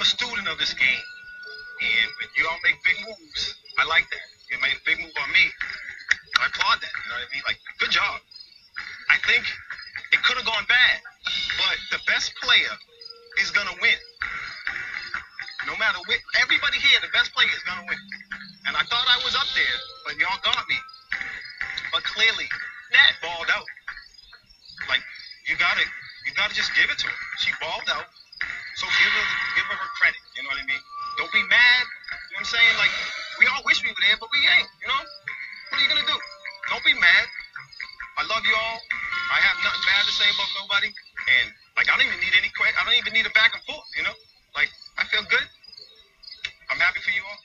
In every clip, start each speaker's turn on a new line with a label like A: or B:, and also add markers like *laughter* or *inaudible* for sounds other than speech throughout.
A: a student of this game, and when you all make big moves, I like that. You made a big move on me. I applaud that. You know what I mean? Like, good job. I think it could have gone bad, but the best player is gonna win. No matter what, everybody here, the best player is gonna win. And I thought I was up there, but y'all got me. But clearly, Nat balled out. Like, you gotta, you gotta just give it to her. She balled out, so give her, give her her credit. You know what I mean? Don't be mad. You know what I'm saying? Like, we all wish we were there, but we ain't. You know? What are you gonna do? Don't be mad. I love you all. I have nothing bad to say about nobody. And like, I don't even need any que- I don't even need a back and forth. You know, like I feel good. I'm happy for you all.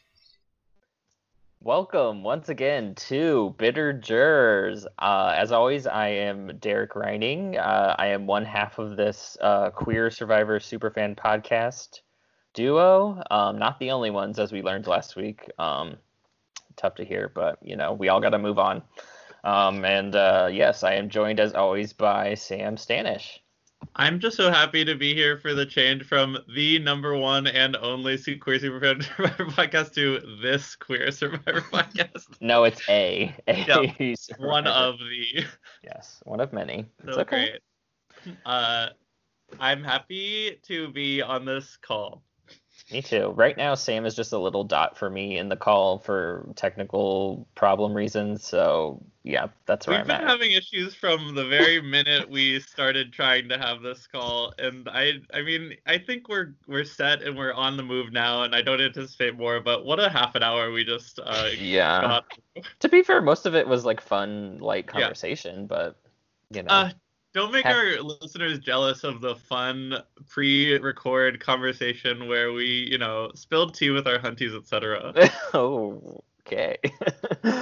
B: Welcome once again to Bitter Jurors. Uh, as always, I am Derek Reining. Uh, I am one half of this uh, Queer Survivor Superfan podcast duo. Um, not the only ones, as we learned last week. Um, tough to hear, but you know, we all got to move on. Um, and uh, yes, I am joined as always by Sam Stanish.
C: I'm just so happy to be here for the change from the number one and only se- queer superfan *laughs* survivor podcast to this queer
B: *laughs*
C: survivor podcast.
B: No, it's A. *laughs* A survivor.
C: one of the
B: yes, one of many. It's
C: so
B: okay.
C: great. Uh, I'm happy to be on this call.
B: Me too. Right now, Sam is just a little dot for me in the call for technical problem reasons. So yeah, that's where
C: We've
B: I'm
C: been
B: at.
C: having issues from the very minute we started trying to have this call, and I, I mean, I think we're we're set and we're on the move now, and I don't anticipate more. But what a half an hour we just uh,
B: yeah.
C: got
B: To be fair, most of it was like fun, light conversation, but you know,
C: Uh, don't make
B: Have-
C: our listeners jealous of the fun pre-record conversation where we, you know, spilled tea with our hunties,
B: *laughs*
C: etc.
B: okay.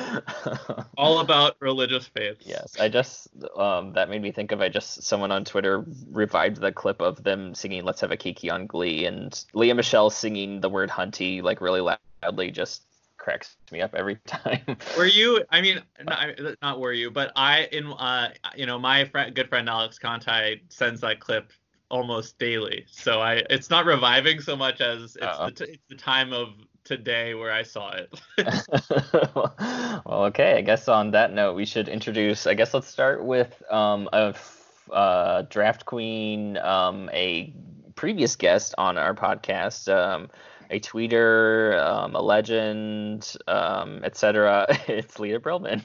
B: *laughs*
C: All about religious faiths.
B: Yes, I just um, that made me think of I just someone on Twitter revived the clip of them singing "Let's Have a Kiki" on Glee, and Leah Michelle singing the word "hunty" like really loudly just cracks me up every *laughs* time.
C: Were you? I mean, not, not were you, but I in uh, you know, my friend, good friend Alex Conti sends that clip almost daily. So I, it's not reviving so much as it's,
B: Uh-oh.
C: the, t- it's the time of today where I saw it.
B: *laughs* well, okay. I guess on that note, we should introduce. I guess let's start with um, a f- uh, draft queen, um, a previous guest on our podcast, um, a tweeter, um, a legend, um, etc. *laughs* It's Leah Brillman.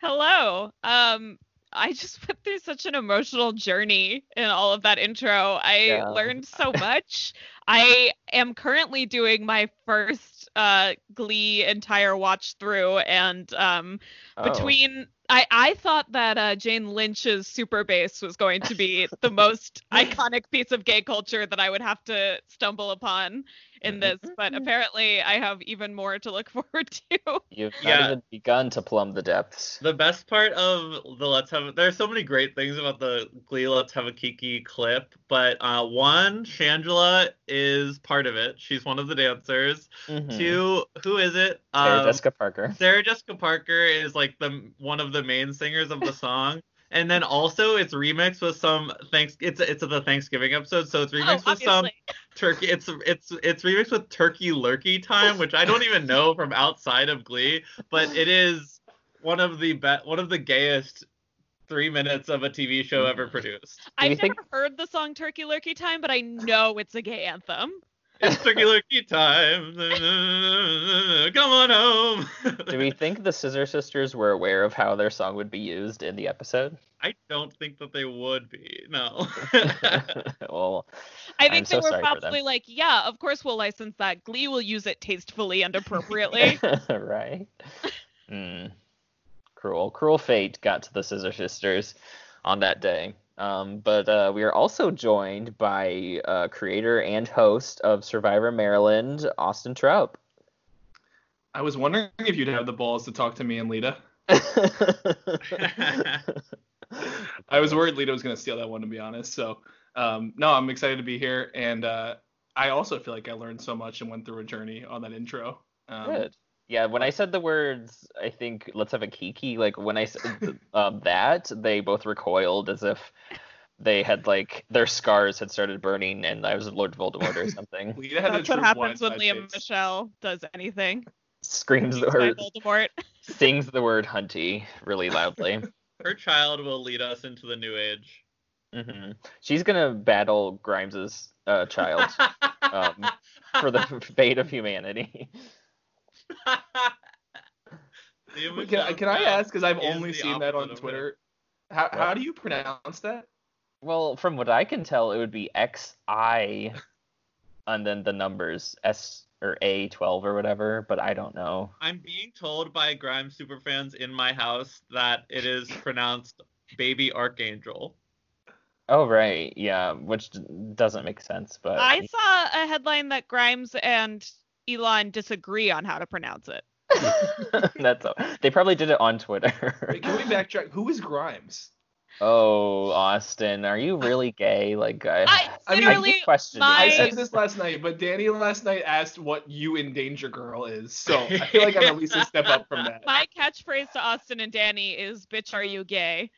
D: Hello. Um, I just *laughs* went through such an emotional journey in all of that intro. I
B: Yeah. *laughs*
D: learned so much. I am currently doing my first uh, Glee entire watch through, and um,
B: Oh.
D: between I I thought that uh, Jane Lynch's Super Bass was going to be
B: *laughs*
D: the most iconic piece of gay culture that I would have to stumble upon in this, but
B: Mm-hmm.
D: apparently I have even more to look *laughs* forward to.
B: You've not
C: Yeah.
B: even begun to plumb the depths.
C: The best part of the Let's Have there's so many great things about the Glee Let's Have a Kiki clip, but uh, one, Shangela is part of it. She's one of the dancers.
B: Mhm.
C: Two, who is it?
B: Sarah
C: Um,
B: Jessica
C: *laughs*
B: Parker.
C: Sarah Jessica Parker is like the one of the main
B: *laughs*
C: singers of the song. And then also it's remixed with some thanks it's it's the Thanksgiving episode,
B: Oh,
C: so it's remixed with
B: um,
C: some turkey it's it's it's remixed with turkey lurkey time which i don't even know from outside of glee but it is one of the be- one of the gayest three minutes of a tv show ever produced
B: Do you
D: I've never
B: think-
D: heard the song Turkey Lurkey Time, but I know it's a gay anthem.
C: it's turkey lurkey time come on home *laughs*
B: Do we think the Scissor Sisters were aware of how their song would be used in the
C: *laughs*
B: episode? *laughs*
C: i don't think that they would be no
B: well,
D: I
B: I'm
D: think
B: so
D: they were
B: sorry for them.
D: probably like, yeah, of course we'll license that. Glee will use it tastefully
B: *laughs*
D: and appropriately.
B: right? Mm. Cruel, cruel fate got to the Scissor Sisters on that day. Um, but uh, we are also joined by uh, creator and host of Survivor Maryland, Austin Trout.
E: *laughs* I was wondering if you'd have the balls to talk to me and Lita.
C: *laughs*
E: I was worried Lita was going to steal that one, to be honest. So, um, no, I'm excited to be here. And uh, I also feel like I learned so much and went through a journey on that intro. Um,
B: *laughs* Good. Yeah, when I said the words, I think let's have a kiki. Like when I said th- um, that, they both recoiled as if they had like their scars had started burning, and I was Lord Voldemort or something.
C: Lita had a
D: That's what
C: true
D: happens when
C: blind
D: Liam
C: side face.
D: Michelle does
B: *laughs*
D: anything.
B: Screams the
D: By
B: word,
D: Voldemort.
B: Uh, sings the word "hunty" really
D: *laughs*
B: loudly.
F: Her child will lead us into the new age.
B: hmm She's gonna battle Grimes's uh, child um, for
D: *laughs*
B: the fate of humanity.
F: Liam
C: Wait, Can, I-
F: Michelle
C: can I
F: Brown.
C: ask? Because I've
F: is
C: only
F: the
C: seen that on
F: opposite of
C: Twitter. How, how do you pronounce that?
B: Well, from what I can tell, it would be X I, and then the numbers S or A twelve or whatever. But I don't know.
F: I'm being told by Grimes superfans in my house that it is pronounced baby archangel.
B: Oh right, yeah, which d- doesn't make sense, but
D: I saw a headline that Grimes and Elon disagree on how to pronounce it.
B: *laughs* that's all. they probably did it on Twitter.
D: *laughs*
C: Wait, can we backtrack? Who is Grimes?
B: oh, Austin, are you really gay? Like I,
D: I
C: I mean,
D: literally
B: questioned
C: I
D: my-
B: it.
C: said this last night, but Danny last night asked what you in Danger Girl is. So I feel like I'm at least a step up from
D: *laughs*
C: that.
D: my catchphrase to Austin and Danny is "Bitch, are you gay?"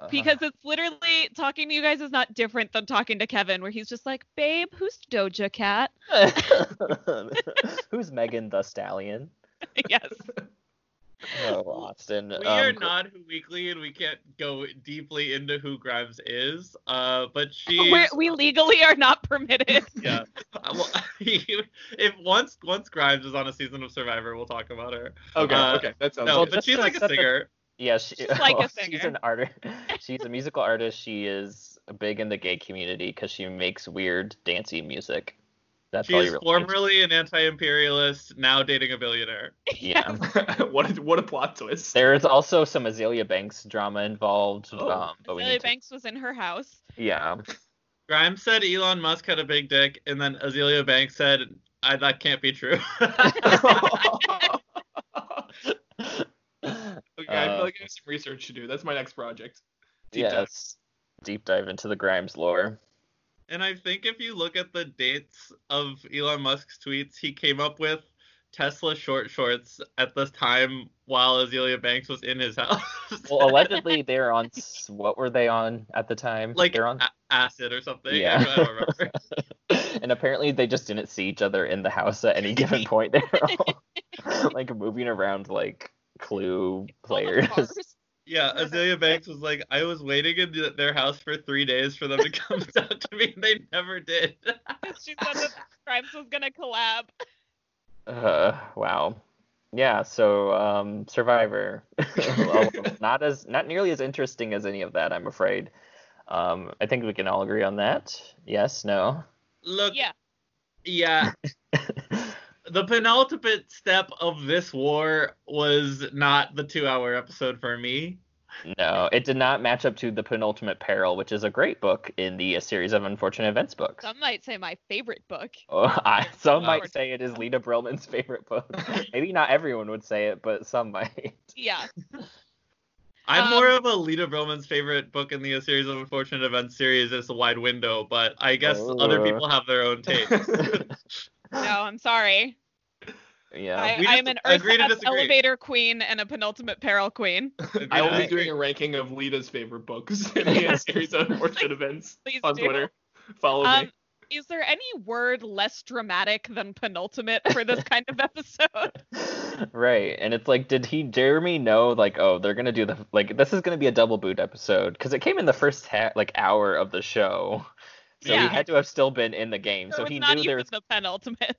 B: Uh-huh.
D: Because it's literally talking to you guys is not different than talking to Kevin, where he's just like, "Babe, who's Doja Cat?"
B: *laughs* who's Megan the Stallion?
D: *laughs* yes.
B: Oh, Austin.
F: We
B: um,
F: are not Who Weekly, and we can't go deeply into who Grimes is. Uh, but
B: Oh,
F: she.
D: We're, we legally are not permitted.
F: *laughs* yeah. Uh, well, *laughs* if once once Grimes is on a season of Survivor, we'll talk about her.
C: Okay,
F: Uh,
C: okay, that sounds
F: No,
C: good.
F: but
B: just
F: she's
B: to
F: like a
B: set the-
F: singer.
B: Yeah, she, *laughs*
D: She's like a
B: well, She's
D: singer.
B: an artist.
F: *laughs*
B: She's a musical artist. She is big in the gay community because she makes weird dancey music. That's all you
F: She's
B: really
F: formerly an anti-imperialist, now dating a billionaire.
B: *laughs*
F: *laughs*
B: Yeah.
C: *laughs* what a, what a plot twist.
B: There is also some Azealia Banks drama involved.
C: Oh.
B: Um, but we
D: Azealia
B: need to-
D: Banks was in her house.
F: *laughs*
B: yeah.
F: Grimes said Elon Musk had a big dick, and then Azealia Banks said, "I that can't be true." *laughs*
B: *laughs*
C: okay, I
B: Uh,
C: feel like I have some research to do. That's my next project. Deep dive.
B: *laughs* yes. Deep dive into the Grimes lore.
F: And I think if you look at the dates of Elon Musk's tweets, he came up with Tesla short shorts at this time while Azealia Banks was in his *laughs* house.
B: Well, allegedly they're on. s- What were they on at the time?
F: like
B: they're on.
F: a- acid or something.
B: Yeah.
F: I don't- I don't
B: *laughs*
F: remember.
B: and apparently they just didn't see each other in the house at any given point. *laughs* They're all like moving around like clue
D: All the
B: players.
D: cars.
F: yeah, Azealia Banks was like, I was waiting in th- their house for three days for them to come *laughs* talk to me, and they never did.
D: *laughs*
F: *laughs*
D: She said that Grimes was gonna collab.
B: *laughs* Uh, wow. Yeah, so um, Survivor, *laughs* Well, not as not nearly as interesting as any of that, I'm afraid. Um, I think we can all agree on that. Yes, no.
F: Look,
D: Yeah.
B: *laughs*
F: yeah, the penultimate step of this war was not the two-hour episode for me.
B: No, it did not match up to The Penultimate Peril, which is a great book in the A Series of Unfortunate Events book.
D: Some might say my favorite book.
B: Oh, *laughs* I, some
F: Wow.
B: might say it is Lita Brillman's favorite
D: *laughs*
B: book. *laughs* Maybe not everyone would say it, but some might. *laughs*
D: Yeah.
F: *laughs* I'm
D: Um,
F: more of a Lita Broman's favorite book in the A Series of Unfortunate Events series is The Wide Window, but I guess other
B: Oh.
F: people have their own
B: *laughs*
F: take.
D: No, I'm sorry.
B: Yeah.
D: I,
F: We
D: I
F: dis-
D: am an Earth
F: agree to
D: Up
F: disagree.
D: elevator queen and a penultimate peril queen.
C: I will
B: Yeah.
C: be doing a ranking of Lita's favorite books *laughs* in the series of unfortunate events
D: Please
C: on
D: do.
C: Twitter. Follow
D: Um,
C: me.
D: is there any word less dramatic than penultimate for this kind of *laughs* episode?
B: *laughs* right. And it's like, did he, Jeremy, know, like, oh, they're going to do the, like, this is going to be a double boot episode? Because it came in the first, ha- like, hour of the show. *laughs* So he
D: Yeah.
B: had to have still been in the game.
D: There
B: so
D: was
B: he
D: not
B: knew
D: even
B: there was.
D: the penultimate.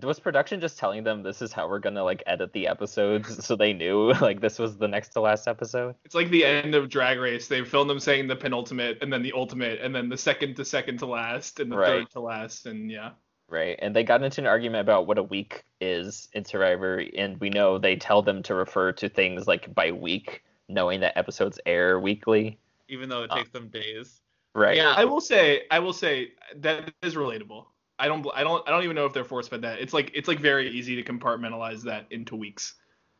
B: Was production just telling them this is how we're going to, like, edit the episodes? So they knew, *laughs* like, this was the next to last episode?
C: It's like the end of Drag Race. They filmed them saying the penultimate, and then the ultimate, and then the second to second to last, and the
B: Right.
C: third to last, and yeah.
B: Right, and they got into an argument about what a week is in Survivor, and we know they tell them to refer to things like by week, knowing that episodes air weekly.
F: Even though it
B: Uh,
F: takes them days.
B: Right.
F: Yeah.
C: I will say, I will say that is relatable. I don't, bl- I don't, I don't even know if they're forced by that. It's like, it's like very easy to compartmentalize that into weeks.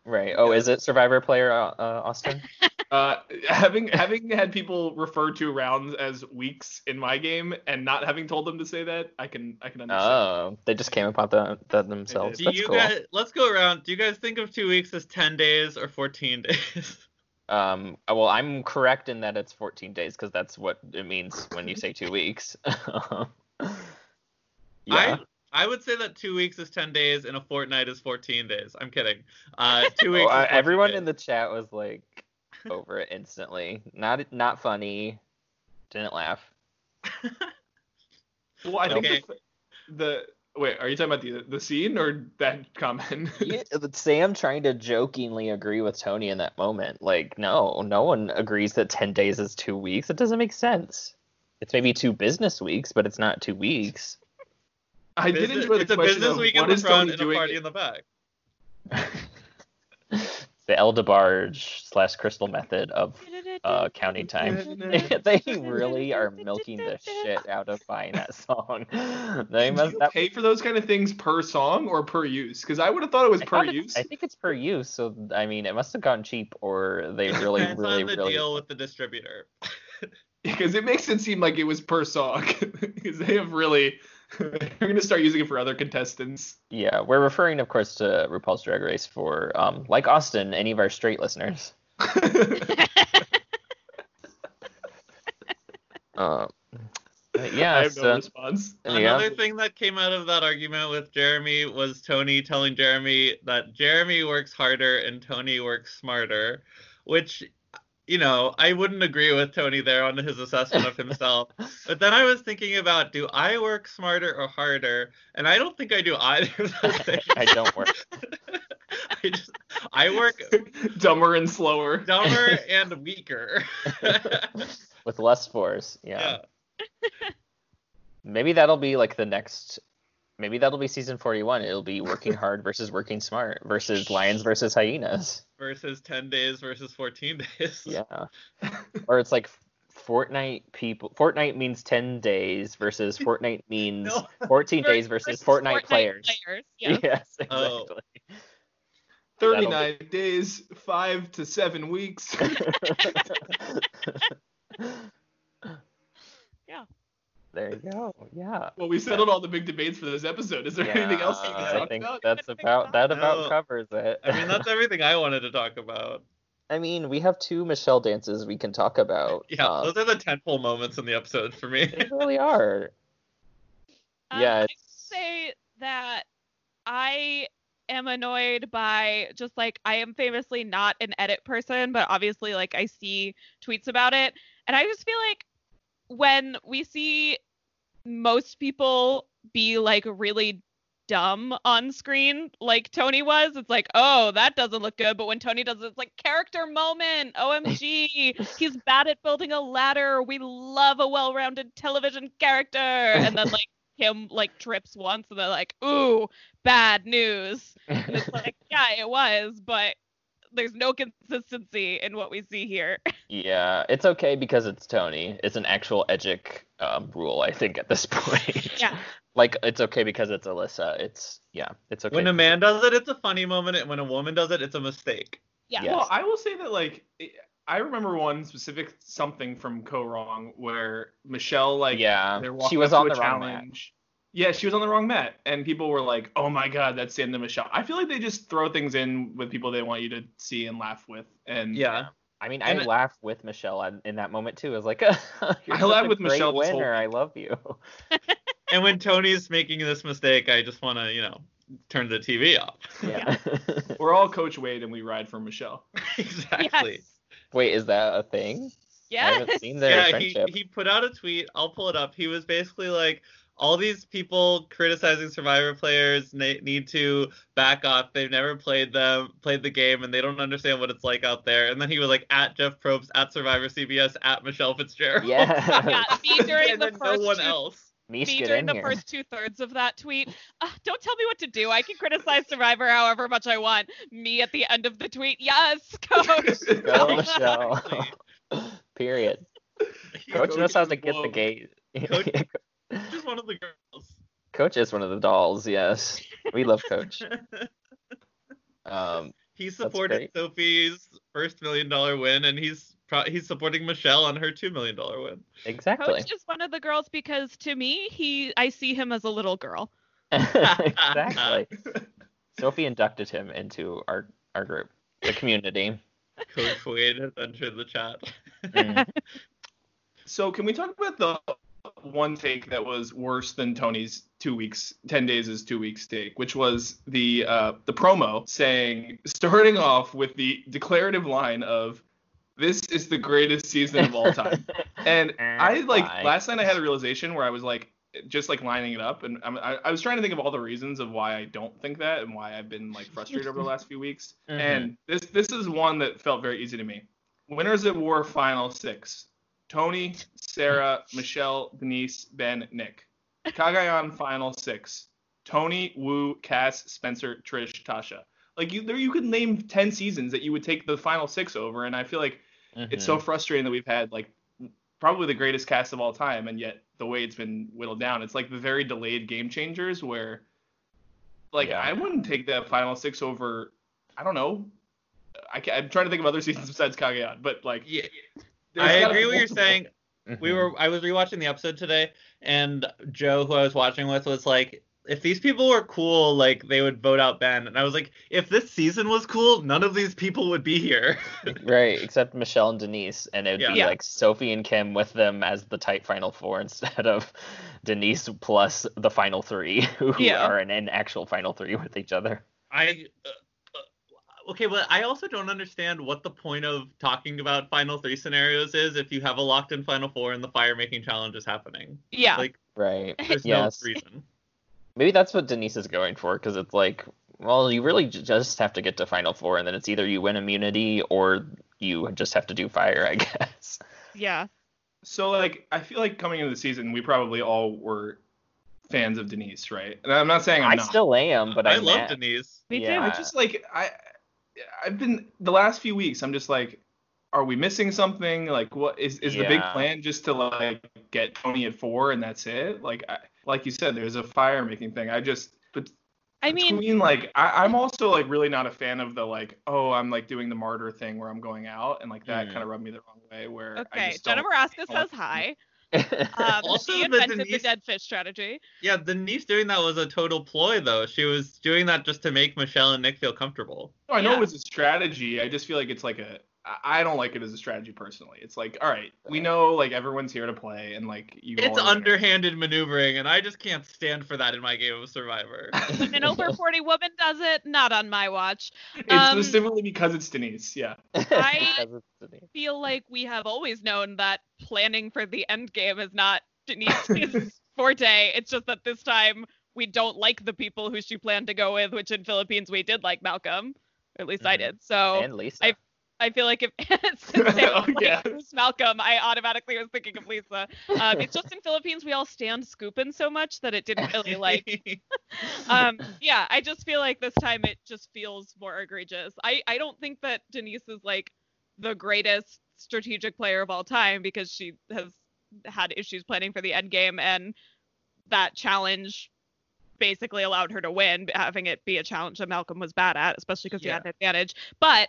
B: Right. Oh, is it Survivor player uh, uh,
F: *laughs*
B: Austin?
C: Uh, *laughs* having having had people refer to rounds as weeks in my game, and not having told them to say that, I can, I can understand.
B: oh, they just came upon the, that themselves.
F: Do
B: That's
F: you
B: cool.
F: guys let's go around. Do you guys think of two weeks as ten *laughs* days or fourteen days?
B: Um, well, I'm correct in that it's 14 days because that's what it means when you say two weeks. *laughs* yeah.
F: I, I would say that two weeks is 10 days and a fortnight is 14 days. I'm kidding.
B: *laughs*
F: Uh, two
B: Oh,
F: weeks.
B: I-
F: is 14
B: everyone
F: days.
B: in the chat was like over it instantly. Not not funny. Didn't laugh. Oh.
C: Well, I think
F: Okay.
C: the, the wait, are you talking about the the scene or that comment? *laughs*
B: Yeah, *laughs* but Sam trying to jokingly agree with Tony in that moment. Like, no, no one agrees that 10 days is two weeks. It doesn't make sense. It's maybe two business weeks, but it's not two weeks. *laughs*
C: I did
F: Business-
C: enjoy the
F: it's a
C: question
F: business
C: of
F: week in
C: what
F: the
C: is
F: front
C: Tony
F: and a party
C: doing.
F: in the back.
B: The Eldebarge slash Crystal method of
F: *laughs*
B: uh, *laughs* counting
D: *laughs*
B: time. they really are milking the shit out of buying that song. *laughs* They
C: Do
B: must,
C: you
B: that,
C: pay for those kind of things per song or per use? Because I would have thought it was
B: I
C: per
B: thought it-
C: *laughs* use.
B: I think it's per use, so I mean, it must have gotten cheap, or they really,
F: Depends
B: really,
F: on the
B: really
F: deal with the distributor.
C: Because it makes it seem like it was per song. *laughs* Because they have really, *laughs* they're gonna start using it for other contestants. *laughs*
B: Yeah, we're referring, of course, to RuPaul's Drag Race for, um, like Austin, any of our straight listeners. Uh, but
C: I
B: yeah,
C: have no
B: so,
C: response.
B: yeah,
F: Another thing that came out of that argument with Jeremy was Tony telling Jeremy that Jeremy works harder and Tony works smarter, which, you know, I wouldn't agree with Tony there on his assessment
C: *laughs*
F: of himself. but then I was thinking about do I work smarter or harder? And I don't think I do either of those things.
B: *laughs*
F: *laughs*
B: I don't work.
F: I just I
C: *laughs*
F: work
C: Dumber and slower.
F: dumber and weaker. *laughs*
B: With less force, yeah. Maybe that'll be like the next. Maybe that'll be season 41. It'll be working hard versus working smart versus lions versus hyenas.
F: Versus ten days versus fourteen days. *laughs*
B: Yeah. or it's like Fortnite people. Fortnite means 10 days versus Fortnite means
F: No.
B: 14 days versus, Fortnite, players. *laughs*
D: yeah.
B: Yes, exactly.
F: Oh.
B: That'll be-
C: 39 days, five to seven *laughs* weeks.
D: Yeah.
B: There you go. Yeah.
C: well, we settled all the big debates for this episode. Is there anything else you
B: Yeah,
C: can
B: I
C: talk
B: think
C: about?
B: that's about that about
F: No.
B: covers it.
F: I mean,
B: *laughs*
F: that's everything I wanted to talk about.
B: I mean, we have two Michelle dances we can talk about.
F: *laughs* Yeah,
B: Um,
F: those are the tentpole moments in the episode for
B: *laughs*
F: me.
B: they really are.
D: Um,
B: yeah.
D: I
B: It's, *laughs*
D: say that I am annoyed by just like I am famously not an edit person, but obviously like I see tweets about it, and I just feel like when we see most people be like really dumb on screen like Tony was it's like oh that doesn't look good but when Tony does it, it's like character moment omg he's bad at building a ladder we love a well-rounded television character and then like him like trips once and they're like, ooh, bad news. And it's like, yeah, it was, but there's no consistency in what we see here.
B: yeah, it's okay because it's Tony. It's an actual Edgic um, rule, I think, at this point.
D: Yeah.
B: like it's okay because it's Alyssa. It's yeah, it's okay.
F: When a man does it, it's a funny moment, and when a woman does it, it's a mistake.
D: *laughs* Yeah.
B: Yeah.
C: Well, I will say that like it- I remember one specific something from Co Wrong where Michelle like
B: yeah,
C: they're walking
B: she was
C: up
B: on
C: to
B: the
C: a
B: wrong mat.
C: challenge. Yeah, she was on the wrong mat, and people were like, "Oh my God, that's Sam the Michelle." I feel like they just throw things in with people they want you to see and laugh with, and
F: Yeah.
B: I mean, I
F: And it-
B: laughed with Michelle in- in that moment too. I was like, *laughs* "You're
C: I
B: such
C: laughed
B: a
C: with
B: great
C: Michelle this whole
B: Winner, I love you." *laughs*
F: And when Tony's making this mistake, I just want to, you know, turn the TV off. *laughs*
B: Yeah.
C: we're all Coach Wade and we ride for Michelle.
F: exactly.
B: *laughs* Wait, is that a thing? I
D: Yes.
B: haven't
D: yes.
B: seen their
F: yeah,
B: friendship.
F: he he put out a tweet. I'll pull it up. He was basically like, all these people criticizing Survivor players ne- need to back off. They've never played them, played the game, and they don't understand what it's like out there. And then he was like, at Jeff Probst, at Survivor CBS, at Michelle
B: *laughs*
C: *laughs*
F: Fitzgerald.
B: *laughs* Yeah.
D: Yeah, me during
F: *laughs* and
D: the
F: then
D: first
F: no one
D: two, *laughs*
F: else.
B: Mish,
D: me
B: get
D: during
B: in
D: the
B: here.
D: first two thirds of that tweet. Uh, don't tell me what to do. I can criticize Survivor however much I want. Me at the end of the tweet. Yes, *laughs*
B: *laughs*
D: coach.
B: Go,
C: *laughs*
F: Exactly.
B: Michelle. *laughs* Period. Coach
C: Coach
B: knows how to
C: is
B: get the
C: loved.
B: gate.
F: Coach- Just one of the girls.
B: *laughs* Coach is one of the dolls. Yes, we love
C: *laughs*
B: Coach. Um,
F: he
B: great.
F: supported Sophie's first million dollar win, and he's pro- he's supporting Michelle on her two million
B: *laughs*
F: dollar win.
B: exactly.
D: Coach is one of the girls because to me, he I see him as a little girl.
B: *laughs*
C: *laughs*
B: exactly. Sophie inducted him into our our group, the community.
F: Coach Wade has entered the chat.
B: Mm.
C: So can we talk about the one take that was worse than Tony's two weeks, ten days is two weeks take, which was the uh, the promo saying, starting off with the declarative line of, "This is the greatest season of
B: *laughs*
C: all time." and I like
B: Why?
C: last night I had a realization where I was like, just like lining it up, and I'm, I, I was trying to think of all the reasons of why I don't think that and why I've been like frustrated over the last few weeks.
B: Mhm.
C: And this this is one that felt very easy to me. Winners at War Final Six: Tony, Sarah, Michelle, Denise, Ben, Nick. Kagayan Final Six: Tony, Wu, Cass, Spencer, Trish, Tasha. Like you, there you could name ten seasons that you would take the final six over, and I feel like
B: Mm-hmm.
C: it's so frustrating that we've had like probably the greatest cast of all time and yet the way it's been whittled down it's like the very delayed game changers where like
B: Yeah.
C: i wouldn't take that final six over i don't know I can, i'm trying to think of other *laughs* seasons besides kagayan but like
F: Yeah,
C: there's
F: I
C: gotta
F: agree
C: be
F: what you're
C: multiple.
F: saying.
B: Mhm.
F: we were I was rewatching the episode today and Joe who I was watching with was like if these people were cool like they would vote out Ben and I was like if this season was cool none of these people would be here. *laughs*
B: right, except Michelle and Denise, and it would
F: Yeah.
B: be
D: Yeah.
B: like Sophie and Kim with them as the tight final four *laughs* instead of Denise plus the final three *laughs* who
D: Yeah.
B: are in an actual final three with each other.
F: I uh, okay, but I also don't understand what the point of talking about final 3 scenarios is if you have a locked in final 4 and the fire making challenge is happening.
D: Yeah.
F: Like
B: Right. *laughs*
F: there's
B: Yes.
F: no reason.
B: Maybe that's what Denise is going for because it's like, well, you really j- just have to get to final four, and then it's either you win immunity or you just have to do fire, I *laughs* guess.
D: yeah.
C: so like i feel like coming into the season we probably all were fans of denise right and i'm not saying i'm
B: I
C: not
B: still am, but
F: I
B: I'm
F: love
B: *laughs* mad.
F: Denise.
D: Me
B: Yeah.
C: I just like I I've been the last few weeks I'm just like are we missing something like what is is the big
B: Yeah.
C: plan just to like get Tony at 4 and that's it like I, like you said there's a fire making thing I just but
D: too. I mean,
C: between like I, I'm also like really not a fan of the like oh I'm like doing the martyr thing where I'm going out and like that
B: Mhm.
C: kind of rubbed me the wrong way where I
D: Hmm. okay.
C: just
D: Jenna
C: don't-
D: Marasca
C: I don't-
D: says
C: *laughs*
D: hi. Um,
F: Also,
D: she
F: the
D: invented the
F: Denise-
D: dead fish strategy.
F: Yeah, Denise doing that was a total ploy though. She was doing that just to make Michelle and Nick feel comfortable.
C: No, I know
D: Yeah.
C: it was a strategy. I just feel like it's like a. I- I don't like it as a strategy personally. It's like, all right, we know like everyone's here to play, and like you. all
F: It's
C: are winners.
F: underhanded maneuvering, and I just can't stand for that in my game of Survivor.
D: When an over 40 woman does it, not on my watch.
C: It's
D: Um,
C: specifically because it's Denise. Yeah.
D: I-
B: Because it's Denise.
D: feel like we have always known that planning for the end game is not
F: *laughs*
D: Denise's forte. It's just that this time we don't like the people who she planned to go with, which in Philippines we did like Malcolm. At least I
C: Mm-hmm.
B: Mhm.
D: did. So
B: and Lisa.
D: Oh, I- I feel like if *laughs*
C: *laughs*
D: since they
C: Oh,
D: like,
C: yeah.
D: who's Malcolm, I automatically was thinking of Lisa. Um, it's just in Philippines we all stand scooping so much that it didn't really like
C: *laughs*
D: *laughs* um yeah i just feel like this time it just feels more egregious i i don't think that denise is like the greatest strategic player of all time because she has had issues planning for the end game and that challenge basically allowed her to win having it be a challenge that malcolm was bad at especially because he had an advantage but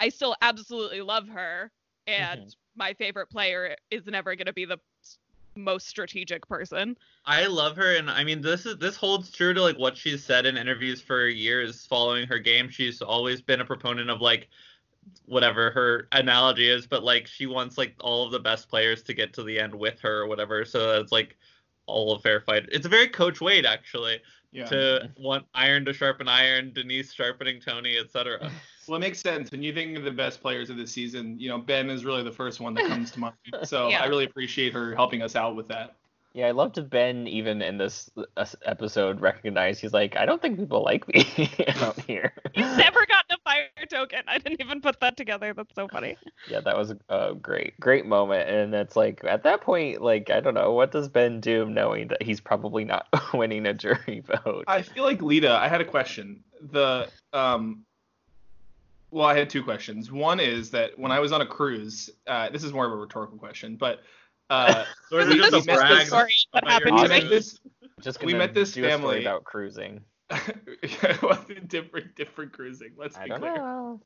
D: i still absolutely love her and my favorite player is never going to be the s- most strategic person
F: I love her, and I mean this is this holds true to like what she's said in interviews for years following her game. She's always been a proponent of like whatever her analogy is, but like she wants like all of the best players to get to the end with her or whatever, so that it's like all a fair fight. It's a very Coach Wade actually
C: Yeah.
F: to want iron to sharpen iron, Denise sharpening Tony, etc.
C: well, it makes sense when you think of the best players of the season. You know, Ben is really the first one that comes to
D: *laughs*
C: mind. So
D: Yeah.
C: I really appreciate her helping us out with that.
B: yeah, I loved Ben even in this uh, episode recognized he's like, I don't think people like me *laughs* out here.
D: He's never gotten a fire token. I didn't even put that together. That's so funny.
B: *laughs* Yeah, that was a great, great moment. And it's like at that point, like I don't know, what does Ben do knowing that he's probably not *laughs* winning a jury vote?
C: I feel like Lita. I had a question. The um. Well, I had two questions. One is that when I was on a cruise, uh, this is more of a rhetorical question, but *laughs* uh,
F: Or is
C: We
F: it just a
C: messed up
F: brag?
D: story. What
F: about your
D: happened
C: we
D: to
F: game?
C: *laughs* met this
B: Just
C: we
B: gonna
C: met this
B: do a story
C: family-
B: about cruising.
C: *laughs* different different cruising. Let's
B: I
C: be
B: don't
C: clear.
B: know.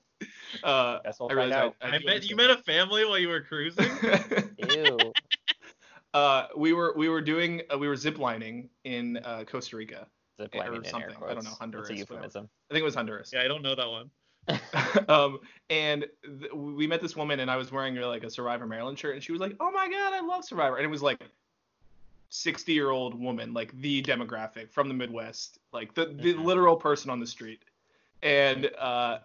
C: Uh,
B: Guess we'll
C: I
B: find
C: realize
B: out.
F: I met you met a family while you were cruising. *laughs*
C: *laughs*
B: Ew.
C: uh, we were we were doing uh, we were ziplining in uh, Costa Rica.
B: Ziplining in air
C: *laughs* something. I don't
B: quotes.
C: know,
B: It's
C: Honduras,
B: a
C: whatever.
B: euphemism.
C: I think it was Honduras.
F: yeah, I don't know that one.
C: *laughs* um, and th- we met this woman, and I was wearing like a Survivor Maryland shirt, and she was like, "Oh my god, I love Survivor!" And it was like 60 year old woman, like the demographic from the Midwest, like the, the
B: Mhm.
C: literal person on the street. And uh,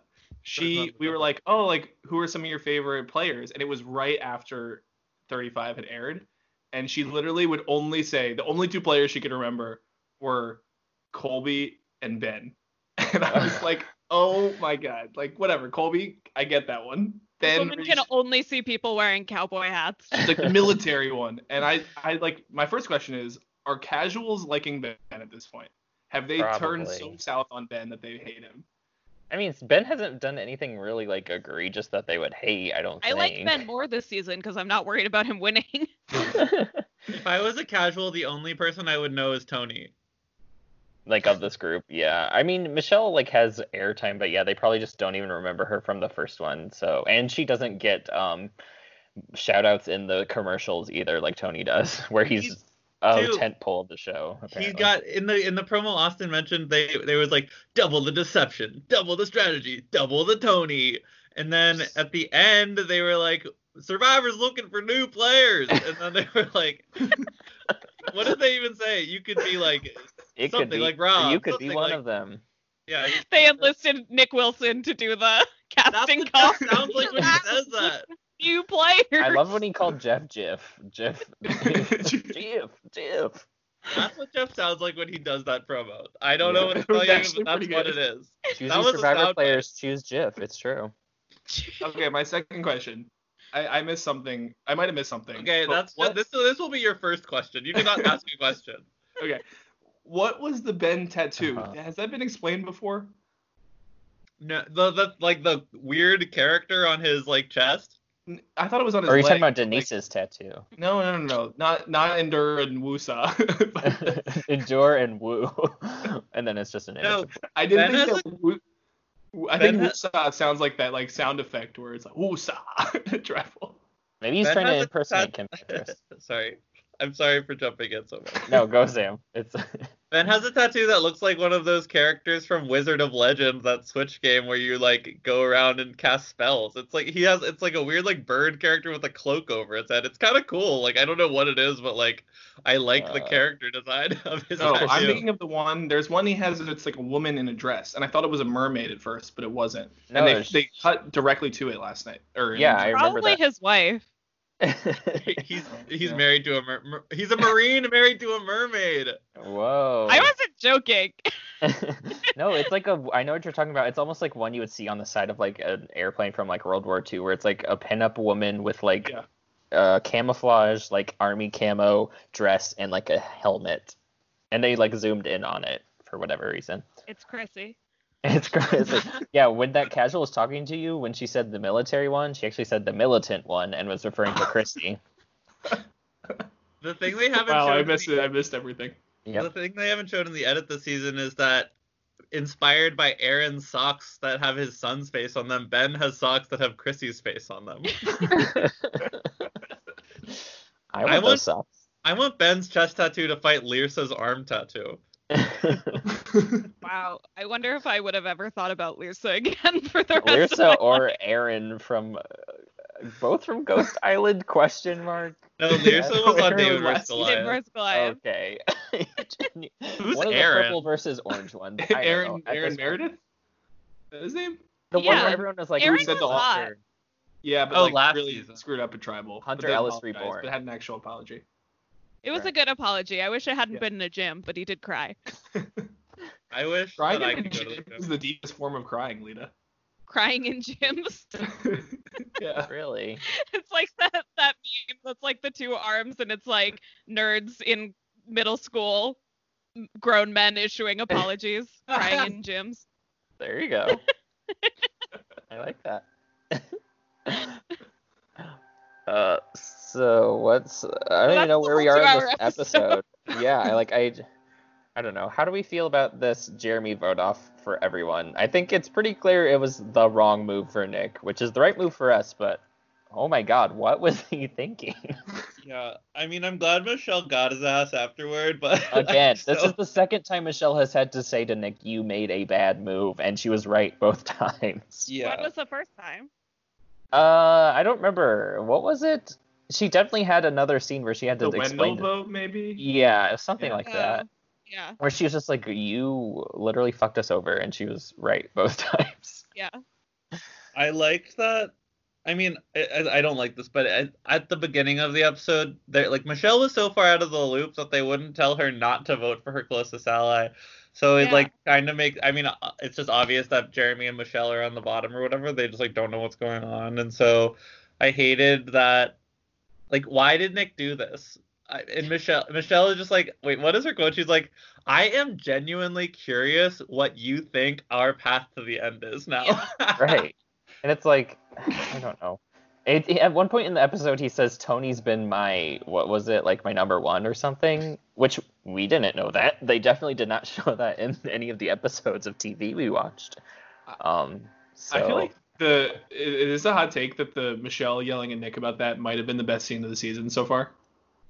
C: she, we were like, oh, like, who are some of your favorite players? And it was right after 35 had aired. And she literally would only say the only two players she could remember were Colby and Ben. *laughs* And I was like, oh my God. Like, whatever. Colby, I get that one.
D: This
C: Ben
D: woman
C: reached-
D: can only see people wearing cowboy hats.
C: it's like the military one. And I, I like my first question is, are casuals liking Ben at this point? Have they turned so
B: Probably.
C: south on Ben that they hate him?
B: I mean, Ben hasn't done anything really like egregious that they would hate. I don't.
D: I like
B: think.
D: Ben more this season because I'm not worried about him winning.
F: If I was a casual, the only person I would know is Tony.
B: *laughs* like of this group, yeah. I mean, Michelle like has airtime, but yeah, they probably just don't even remember her from the first one. So, and she doesn't get um shout outs in the commercials either, like Tony does, *laughs* where he's
F: He's-
B: a
F: dude,
B: tent pole of the show. Apparently.
F: He got in the in the promo Austin mentioned they they was like double the deception, double the strategy, double the Tony. And then at the end they were like Survivor's looking for new players. And then they were like *laughs* What did they even say? You could be like
B: it could
F: something
B: be
F: like Rob,
B: You could be
F: something
B: one
F: like-
B: of them.
F: yeah.
D: *laughs* they enlisted Nick Wilson to do the *laughs*
F: That's
D: casting
F: what
D: call. *laughs*
F: that sounds like when he says that.
D: New players.
B: I love when he
F: *laughs*
B: called Jeff Jiff. Jeff. *laughs* Jiff. Jiff.
F: That's what Jeff sounds like when he does that promo. I don't know what to
C: It was
F: tell you,
C: actually
F: but that's
C: pretty
F: what
C: good.
F: it is.
B: Choose
F: That
B: these
F: was a
B: survivor
F: sound
B: players. Choose Jiff. It's true.
D: *laughs*
C: okay, my second question. I, I missed something. I might have missed something.
F: Okay,
C: But
F: that's
C: what,
F: this this will be your first question. You cannot ask a question.
C: Okay, what was the Ben tattoo?
B: Uh-huh.
C: Has that been explained before?
F: No, the, the like the weird character on his like chest.
C: N- I thought it was on his.
B: Or are you talking
C: leg.
B: about Denise's tattoo?
C: Like, no, no, no, no, not not Endure and Wusa. *laughs* But
B: *laughs* Endure and woo, *laughs* and then it's just an image.
F: No,
C: I didn't
F: Ben
C: think
F: has
C: that. Wu- I
F: Ben
C: think
F: has-
C: Wusa sounds like that like sound effect where it's like Wusa *laughs* travel.
B: Maybe he's
F: Ben
B: trying to
F: has a
B: impersonate Kim Petras.
F: sorry, I'm sorry for jumping in so much.
B: No, go Sam. It's *laughs*
F: Ben has a tattoo that looks like one of those characters from Wizard of Legend, that Switch game where you like go around and cast spells. It's like he has, it's like a weird like bird character with a cloak over its head. It's kind of cool. Like I don't know what it is, but like I like the
B: Uh, Oh,
F: character design *laughs* of his
C: No,
F: tattoo.
C: I'm thinking of the one. There's one he has that's like a woman in a dress, and I thought it was a mermaid at first, but it wasn't.
B: no,
C: and they,
B: it's-
C: they cut directly to it last night. Or
B: yeah, I remember
D: Probably his wife.
B: that.
F: *laughs*
B: *laughs*
F: he's he's
C: Yeah.
F: married to a mer- mer- he's a marine married to a mermaid.
B: Whoa.
D: I wasn't joking. *laughs*
B: *laughs* no, it's like a. I know what you're talking about. It's almost like one you would see on the side of like an airplane from like World War II, where it's like a pinup woman with like
C: Yeah.
B: uh, camouflage, like army camo dress, and like a helmet, and they like zoomed in on it for whatever reason.
D: It's Chrissy.
B: *laughs* It's crazy. yeah, when that casual was talking to you, when she said the military one, she actually said the militant one and was referring to Christy.
F: The thing they haven't
C: wow,
F: shown
C: I
F: in the
C: missed it. I missed everything.
B: Yep.
F: The thing they haven't shown in the edit this season is that inspired by Aaron's socks that have his son's face on them, Ben has socks that have Chrissy's face on them.
B: I want
F: I
B: those socks.
F: I want Ben's chest tattoo to fight Lirsa's arm tattoo.
B: *laughs*
D: Wow. I wonder if I would have ever thought about Lirsa *laughs* again for the rest of my
B: Lirsa or Aaron from uh, both from Ghost Island? Question mark.
F: No,
B: Yeah,
F: Lirsa was on
C: Aaron
F: David
C: was-
F: vs.
D: life.
B: *laughs*
D: Did
F: Goliath.
D: versus Goliath.
B: Okay. *laughs*
F: Who's
B: one of the
F: Aaron?
B: purple versus orange
C: *laughs*
B: ones. I don't know,
C: Aaron
B: at
C: Aaron
B: this point.
C: Meredith. Is that his name?
B: The one
D: Yeah.
B: where everyone was like,
D: Aaron
B: who said
D: was
B: the
D: hot.
B: author?
C: Yeah, but
F: Oh,
C: like
F: last
C: really
F: season.
C: screwed up a tribal. but
B: Hunter
C: they
B: Ellis
C: apologized,
B: Reborn.
C: But had an actual apology.
D: It was a
B: Oh, Right.
D: good apology. I wish I hadn't
C: Yeah.
D: been in a gym, but he did cry. *laughs*
F: I wish
C: Crying
F: that I
C: in
F: could go to the
C: is
F: gym.
C: the deepest form of crying, Lita. *laughs*
D: Crying in gyms. *laughs*
C: yeah.
B: Really?
D: it's like that that meme that's like the two arms and it's like nerds in middle school m- grown men
B: *laughs*
D: issuing apologies crying in gyms
B: There you go. *laughs* I like that. *laughs* uh, so what's I don't even
D: that's
B: know
D: the
B: where we
D: whole
B: are in this
D: two-hour
B: episode. *laughs* yeah, I like I I don't know. How do we feel about this Jeremy vote off for everyone? I think it's pretty clear it was the wrong move for Nick, which is the right move for us, but Oh my God, what was he thinking? *laughs*
F: Yeah, I mean, I'm glad Michelle got his ass afterward, but
B: Again,
F: so-
B: this is the second time Michelle has had to say to Nick, "You made a bad move," and she was right both *laughs* times.
D: What
F: *laughs* yeah.
D: was the first time?
B: Uh, I don't remember what was it. She definitely had another scene where she had to
C: The
B: explain.
C: Wendell vote, maybe.
B: Yeah, something
C: Yeah.
B: like that.
D: Oh, yeah,
B: Where she was just like, "You literally fucked us over," and she was right both *laughs* times.
D: yeah.
F: I liked that. I mean, I- I, I don't like this, but at, at the beginning of the episode, they like Michelle was so far out of the loop that they wouldn't tell her not to vote for her closest ally. So it
D: Yeah.
F: like kind of makes. I mean, uh, it's just obvious that Jeremy and Michelle are on the bottom or whatever. They just like don't know what's going on, and so I hated that. Like, why did Nick do this? I, and Michelle, Michelle is just like, wait, what is her quote? She's like, I am genuinely curious what you think our path to the end is now.
B: right. And it's like, I don't know. It, it- at one point in the episode, he says Tony's been my what was it like my number one or something, which we didn't know that. They definitely did not *laughs* show that in any of the episodes of TV we watched. Um, so
C: I feel like the it it is a hot take that the Michelle yelling at Nick about that might have been the best scene of the season so far.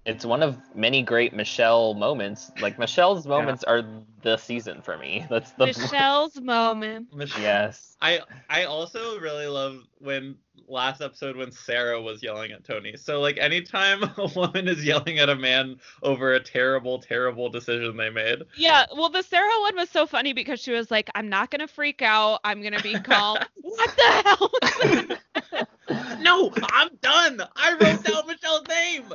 B: it's one of many great Michelle moments. Like *laughs* Michelle's moments are the season for me. *laughs* That's the
D: Michelle's moment.
F: *laughs* Michelle.
B: yes.
F: I I also really love when last episode when Sarah was yelling at Tony. So like anytime *laughs* a woman is yelling at a man over a terrible terrible decision they made.
D: Yeah, well, the Sarah one was so funny because she was like, "I'm not gonna freak out. I'm gonna be calm." what the hell? *laughs*
F: No, I'm done. I wrote
B: *laughs*
F: down Michelle's name.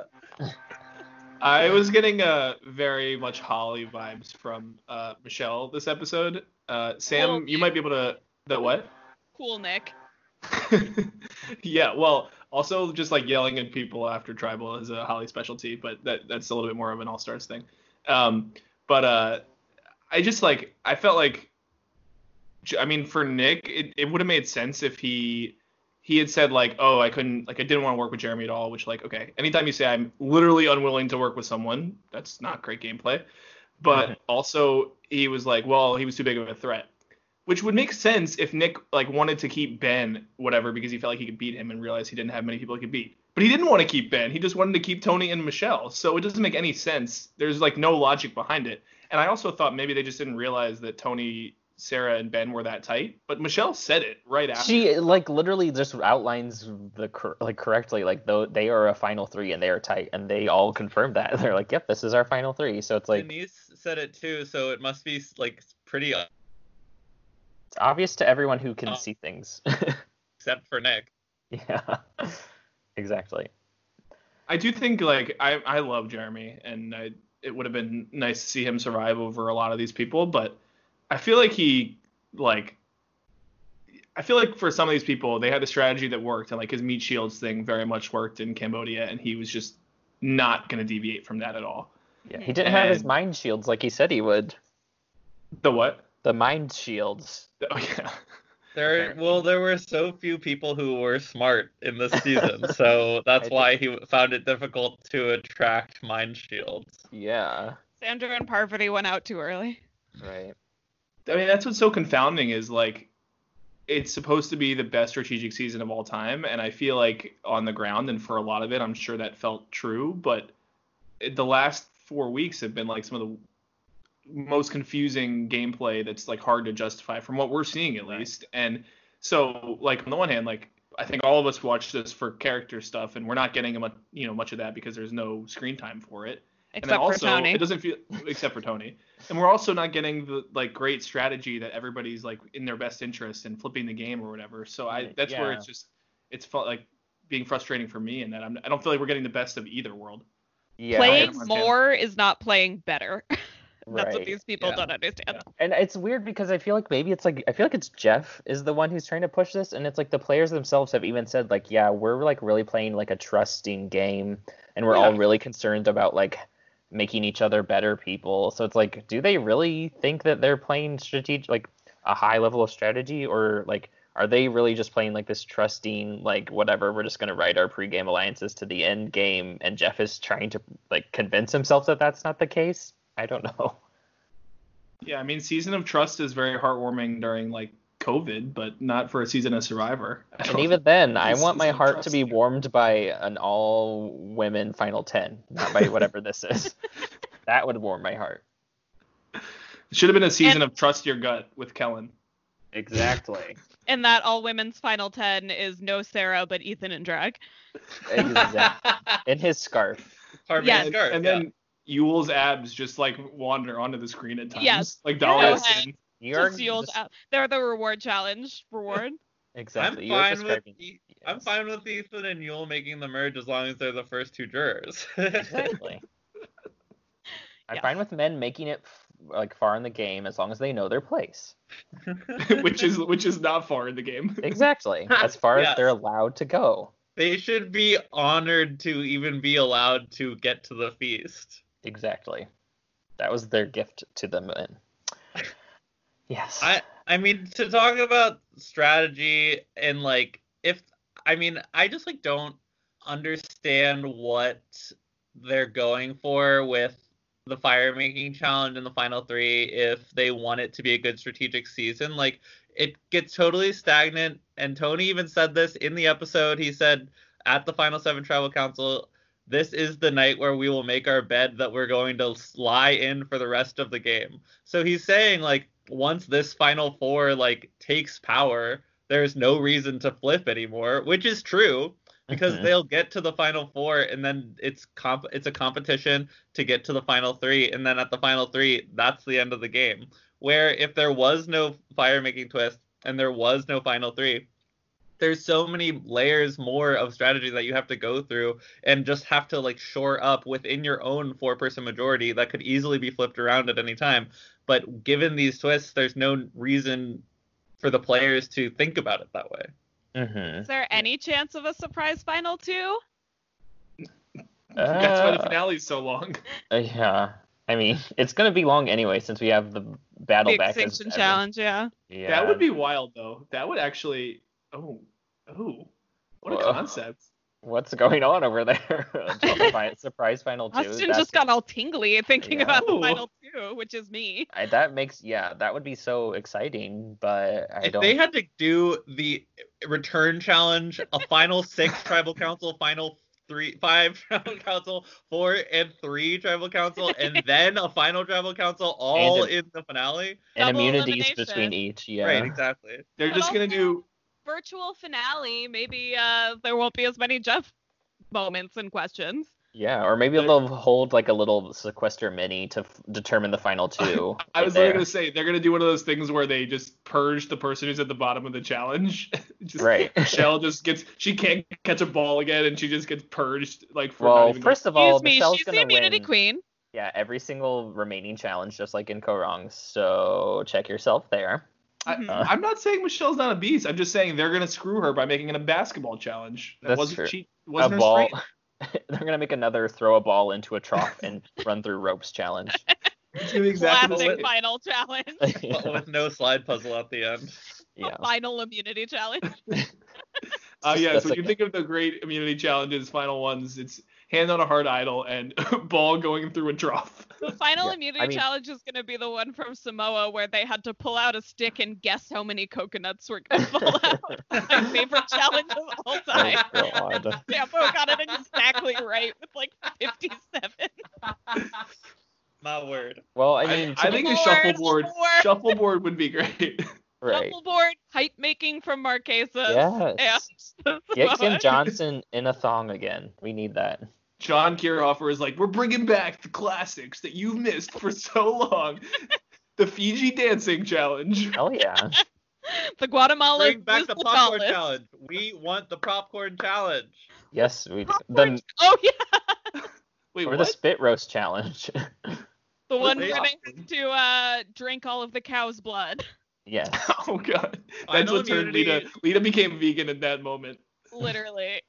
C: I was getting uh, very much Holly vibes from uh, Michelle this episode. Uh, Sam,
D: Well,
C: you might be able to. The what? *laughs*
D: cool, Nick.
C: yeah, well, also just like yelling at people after tribal is a Holly specialty, but that that's a little bit more of an All Stars thing. Um, but uh, I just like I felt like, j- I mean, for Nick, it, it would have made sense if he he had said like, oh, I couldn't, like, I didn't want to work with Jeremy at all, which like, okay, anytime you say I'm literally unwilling to work with someone, that's not great gameplay. But also he was like, well, he was too big of a threat which would make sense if Nick like wanted to keep Ben whatever because he felt like he could beat him and realized he didn't have many people he could beat. But he didn't want to keep Ben. He just wanted to keep Tony and Michelle. So it doesn't make any sense. There's like no logic behind it. And I also thought maybe they just didn't realize that Tony, Sarah, and Ben were that tight. But Michelle said it right after.
B: She like literally just outlines the cor- like correctly like though they are a final three and they are tight and they all confirmed that *laughs* they're like yep this is our final three so it's like
F: Denise said it too, so it must be like pretty
B: it's obvious to everyone who can
F: Oh.
B: see things *laughs*
F: except for Nick.
B: yeah *laughs* exactly
C: I do think like I I love Jeremy and I it would have been nice to see him survive over a lot of these people, but I feel like he like I feel like for some of these people they had a strategy that worked and like his meat shields thing very much worked in Cambodia and he was just not gonna deviate from that at all.
B: yeah he didn't have his
C: And-
B: mind shields like he said he would
C: The what?
B: the mind shields
C: Oh yeah.
F: There,
B: Apparently.
F: well, there were so few people who were smart in this season, so that's
B: *laughs* I
F: why he found it difficult to attract mind shields.
B: yeah
D: Sandra and Parvati went out too early.
B: right
C: I mean, that's what's so confounding is like it's supposed to be the best strategic season of all time, and I feel like on the ground and for a lot of it, I'm sure that felt true, but it, the last four weeks have been like some of the most confusing gameplay that's like hard to justify from what we're seeing at
B: Right.
C: least. And so, like on the one hand, like I think all of us watch this for character stuff, and we're not getting a much, you know, much of that because there's no screen time for it and then
D: Except
C: also
D: for Tony.
C: it doesn't feel except for Tony. And we're also not getting the like great strategy that everybody's like in their best interest and flipping the game or whatever. So I
B: Right,
C: that's where
B: yeah.
C: it's just it's felt like being frustrating for me and that I'm, I don't feel like we're getting the best of either world.
B: yeah
D: playing
C: Montana.
D: more is not playing better. *laughs* That's what
B: right.
D: these people
C: yeah,
D: don't understand.
B: and it's weird because I feel like maybe it's like I feel like it's Jeff is the one who's trying to push this, and it's like the players themselves have even said like, yeah, we're like really playing like a trusting game, and we're all
C: Yeah.
B: really concerned about like making each other better people. So it's like, do they really think that they're playing strategic like a high level of strategy, or like are they really just playing like this trusting like whatever? We're just gonna ride our pregame alliances to the end game, and Jeff is trying to like convince himself that that's not the case. I don't *laughs* know.
C: Yeah, I mean Season of Trust is very heartwarming during like COVID, but not for a season of Survivor. I
B: And
C: don't-
B: even then, I
C: This
B: want
C: is
B: my heart to be
C: interesting.
B: warmed by an all women final 10, not by whatever this
F: *laughs*
B: is. That would warm my heart.
C: it should have been a season of Trust Your Gut with Kellen.
B: Exactly.
D: And that all women's final 10 is no Sarah, but Ethan and drag.
B: exactly. In his scarf.
F: Harvey
D: Yes.
F: Scarf,
C: And
F: yeah.
C: then Yule's abs just like wander onto the screen at times.
D: Yes.
C: Like
D: Go
C: Dahlia
D: ahead.
C: Sin. *laughs*
B: You are
D: Just Yule's
B: just-
D: out. They're the reward challenge reward.
F: I'm
B: exactly. You are
F: fine with
B: describing.
F: E- I'm
B: Yes.
F: fine with Ethan and Yule making the merge as long as they're the first two jurors. *laughs*
B: Exactly. I'm
D: Yeah.
B: fine with men making it f- like far in the game as long as they know their
F: *laughs*
B: place.
C: which is which is not far in the game.
B: Exactly. As far as
F: Yes.
B: they're allowed to go.
F: they should be honored to even be allowed to get to the feast.
B: Exactly. That was their gift to the men.
F: *laughs*
B: Yes.
F: I I mean to talk about strategy and like if I mean I just like don't understand what they're going for with the fire making challenge in the final 3 if they want it to be a good strategic season like it gets totally stagnant and Tony even said this in the episode he said at the final 7 travel council this is the night where we will make our bed that we're going to lie in for the rest of the game so he's saying like once this final four like takes power, there's no reason to flip anymore, which is true because
B: Mhm.
F: they'll get to the final four and then it's comp it's a competition to get to the final 3 and then at the final 3 that's the end of the game. Where if there was no fire making twist and there was no final 3, there's so many layers more of strategy that you have to go through and just have to like shore up within your own four person majority that could easily be flipped around at any time but given these twists there's no reason for the players to think about it that way
B: Mhm.
D: Is there any chance of a surprise final two?
C: That's why the
B: Uh,
C: finale's so long. *laughs*
B: Uh, yeah. I mean, *laughs* it's gonna be long anyway since we have the battle
D: The
B: back. as
D: extinction
B: everyone-
D: challenge, yeah.
B: Yeah.
C: That would be wild though. That would actually oh oh what a
B: Whoa.
C: concept.
B: What's going on over there? *laughs* Just a fi- surprise final two.
D: Austin
B: That's-
D: just got all tingly thinking
B: Yeah.
D: about the
C: Ooh.
D: final two, which is me.
B: I, that makes yeah. That would be so exciting, but I
F: if
B: don't.
F: they had to do the return challenge a final six
B: *laughs*
F: tribal council final three five *laughs* tribal council four and three tribal council
B: *laughs*
F: and then a final tribal council all
B: And
F: in the finale
B: and
D: double
B: immunities
D: elimination.
B: between each. Yeah.
F: right exactly
C: They're
D: But
C: just gonna
D: also-
C: do
D: Virtual finale, maybe uh, there won't be as many Jeff moments and questions.
B: Yeah. Or maybe
C: They're-
B: they'll hold like a little sequester mini to f- determine the final two.
C: *laughs* I
B: right
C: was
B: there.
C: literally gonna say they're gonna do one of those things where they just purge the person who's at the bottom of the challenge. *laughs* just,
B: Right.
C: Michelle just gets she can't catch a ball again and she just gets purged like for not
B: Well,
C: even
B: first of all,
D: Excuse me,
B: Michelle's
D: she's the
B: gonna
D: immunity
B: win.
D: queen.
B: Yeah, every single remaining challenge, just like in Korong. So check yourself there. *laughs*
D: Mhm.
B: uh,
C: *laughs* I'm not saying Michelle's not a beast. I'm just saying they're gonna screw her by making it a basketball challenge. That
B: That's
C: wasn't
B: true.
C: she wasn't
B: a
C: her
B: ball.
C: strength.
B: *laughs* They're gonna make another throw a ball into a trough and run through ropes challenge.
C: It's gonna be exactly the
D: Classic
C: same.
D: final challenge.
B: *laughs* yeah.
F: but with no slide puzzle at the end
D: A final immunity challenge.
C: Oh yeah,
B: That's
C: so
B: like
C: you
B: a-
C: think of the great immunity challenges, final ones. It's hand on a hard idol and *laughs* ball going through a trough. *laughs*
B: *laughs*
D: The final
B: Yeah,
D: immunity
B: I mean-
D: challenge is going to be the one from Samoa where they had to pull out a stick and guess how many coconuts were
B: *laughs*
D: going to fall out. My favorite challenge of all time.
B: Oh, God.
D: Sambo got it exactly right with like 57.
F: my word
B: Well, I mean,
C: I
B: to
C: think
B: be-
C: a shuffleboard- Shuffleboard would be great. *laughs*
B: right.
D: Shuffleboard hype making from Marquesa. *laughs*
B: Yes.
D: And
B: Get Kim
D: Samoa.
B: Johnson in a thong again. We need that.
C: John Kierhofer is like, we're bringing back the classics that you've missed for so long. *laughs* the Fiji dancing challenge.
B: Hell yeah.
D: the Guatemala
F: bring back the
D: Luz
F: popcorn
D: Gonzalez.
F: challenge we want the popcorn challenge
B: Yes, we do.
D: Popcorn
B: The,
D: Oh yeah,
C: Wait,
B: or
C: what?
B: the spit roast challenge. *laughs*
D: the one
F: Wait.
D: where they have to uh, drink all of the cow's blood. *laughs*
B: yes.
C: *laughs* oh god, that's
F: Final
C: what turned Lita.
F: immunity.
C: Lita became vegan in that moment.
D: Literally.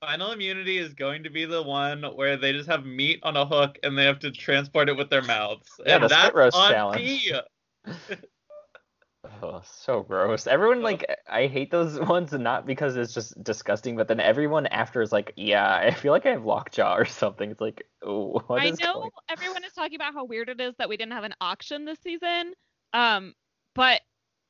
F: Final immunity is going to be the one where they just have meat on a hook and they have to transport it with their mouths.
B: Yeah,
F: and
B: the spit
F: that's
B: roast
F: on
B: challenge.
F: me.
B: Oh, so gross. Everyone
F: Ugh.
B: like I hate those *laughs* ones not because it's just disgusting, but then everyone after is like, yeah, I feel like I have lockjaw or something. It's like, oh, what
D: I
B: is
D: know
B: going-
D: everyone is talking about how weird it is that we didn't have an auction this season. Um, but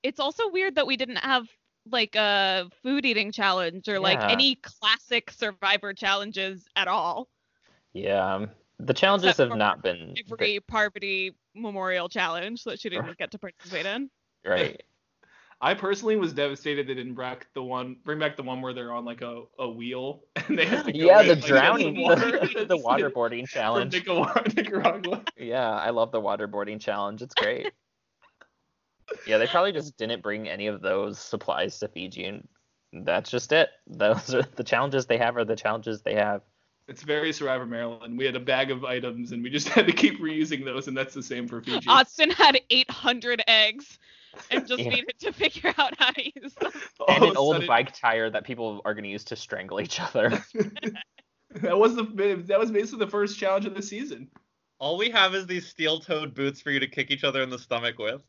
D: it's also weird that we didn't have like a food eating challenge or like
B: Yeah.
D: any classic survivor challenges at all.
B: Yeah. um, The challenges
D: Except
B: have
D: for
B: not been
D: Every Parvati memorial challenge that she didn't get to participate in.
C: *laughs*
B: right.
C: I personally was devastated they didn't back the one bring back the one where they're on like a, a wheel *laughs* and they have to go
B: Yeah,
C: in,
B: the
C: like, in
B: drowning, *laughs*
C: water.
B: the,
C: *laughs*
B: the waterboarding
C: from
B: challenge.
C: Nicaragua. *laughs* Nicaragua.
B: Yeah, I love the waterboarding challenge. It's
C: *laughs*
B: great. yeah, they probably just didn't bring any of those supplies to Fiji, and that's just it. Those are the challenges they have. Are the challenges they have.
C: It's very Survivor Maryland. We had a bag of items and we just *laughs* had to keep reusing those, and that's the same for Fiji.
D: Austin had 800 eggs and
B: *laughs*
D: just
B: Yeah.
D: needed to figure out how to use them.
C: *laughs* All
B: and
C: of
B: an
C: a
B: old
C: sudden-
B: bike tire that people are going to use to strangle each other.
C: That was the that was basically the first challenge of the season.
F: All we have is these steel-toed boots for you to kick each other in the stomach with.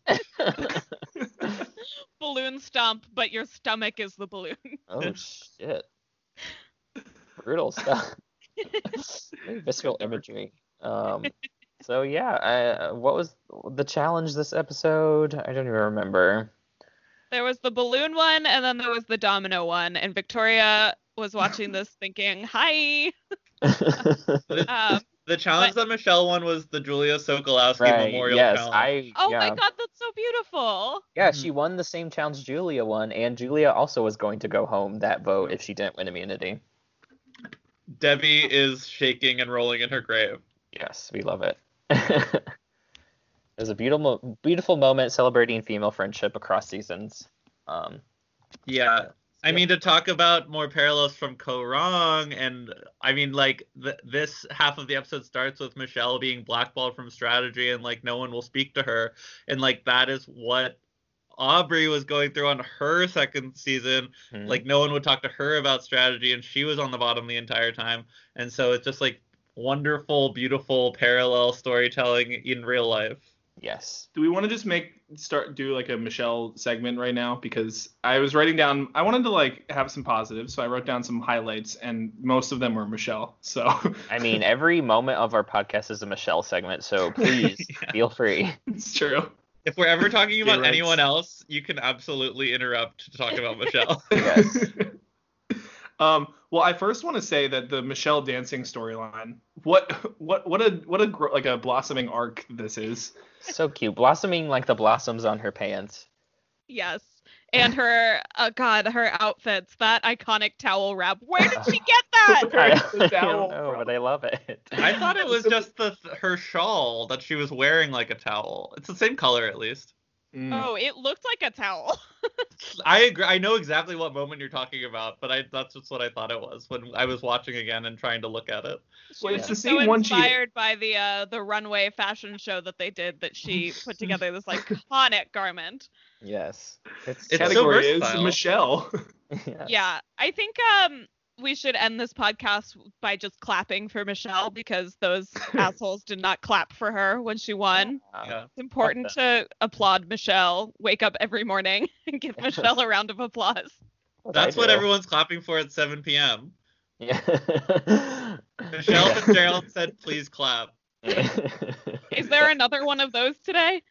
D: Balloon stomp, but your stomach is the balloon. *laughs*
F: *laughs*
B: oh shit! Brutal stuff. *laughs* Very Visceral imagery. Um, so yeah, I, what was the challenge this episode? I don't even remember. *laughs*
D: There was the balloon one, and then there was the domino one, and Victoria was
B: *laughs*
D: watching this thinking, "Hi."
B: *laughs*
D: Um,
F: The challenge that Michelle won was the Julia Sokolowski
B: right.
F: Memorial
B: yes,
F: Challenge.
B: I.
F: Hmm.
D: oh
B: yeah.
D: my God, that's so beautiful.
B: Yeah, she won the same challenge Julia won, and Julia also was going to go home that vote if she didn't win immunity.
F: Debbie is shaking and rolling in her grave.
B: Yes, we love it. *laughs* it was a beautiful, beautiful moment celebrating female friendship across seasons. Um,
F: Yeah. I
B: Yeah.
F: mean, to talk about more parallels from Ko Rong, and I mean, like, th- this half of the episode starts with Michelle being blackballed from strategy, and like, no one will speak to her. And like, that is what Aubrey was going through on her second season.
B: hmm.
F: Like, no one would talk to her about strategy, and she was on the bottom the entire time. And so it's just like wonderful, beautiful parallel storytelling in real life.
B: yes,
C: Do we want to just make start do like a Michelle segment right now? Because I was writing down I wanted to like have some positives, so I wrote down some highlights and most of them were Michelle. *laughs* So
B: I mean every moment of our podcast is a Michelle segment, so please feel free.
C: it's true.
F: If we're ever talking
C: Gay
F: about
C: rights.
F: anyone else, you can absolutely interrupt to talk about Michelle.
B: Yes,
C: Um, well, I first want to say that the Michelle dancing storyline, what, what, what a, what a, gro- like a blossoming arc this is.
B: so cute, blossoming like the blossoms on her pants.
D: Yes. And her, oh God, her outfits, that iconic towel wrap. Where did she get that?
B: *laughs*
C: Where is the
B: I don't
C: towel
B: know, but I love it.
F: I thought it was just the her shawl that she was wearing like a towel. It's the same color at least.
B: Hmm. Mm.
D: Oh, it looked like a towel.
F: I agree. I know exactly what moment you're talking about, but I that's just what I thought it was when I was watching again and trying to look at it.
C: Well,
B: Yeah.
C: it's the
D: So
C: same one she.
D: inspired by the uh, the runway fashion show that they did, that
B: *laughs*
D: she put together this iconic garment.
B: yes, it's,
C: *laughs*
F: It's so
C: Category is
F: versatile.
C: Michelle.
B: yes.
D: Yeah, I think um we should end this podcast by just clapping for Michelle because
B: *laughs*
D: those assholes did not clap for her when she won.
B: Yeah.
F: Yeah.
D: It's important to applaud Michelle. Wake up every morning *laughs* and give Michelle a round
B: *laughs*
D: of applause.
F: That's what
B: I do.
F: everyone's clapping for at 7 p.m.
B: Yeah.
F: Michelle
B: *laughs*
F: Fitzgerald said, "Please clap."
D: Is there another one of those today?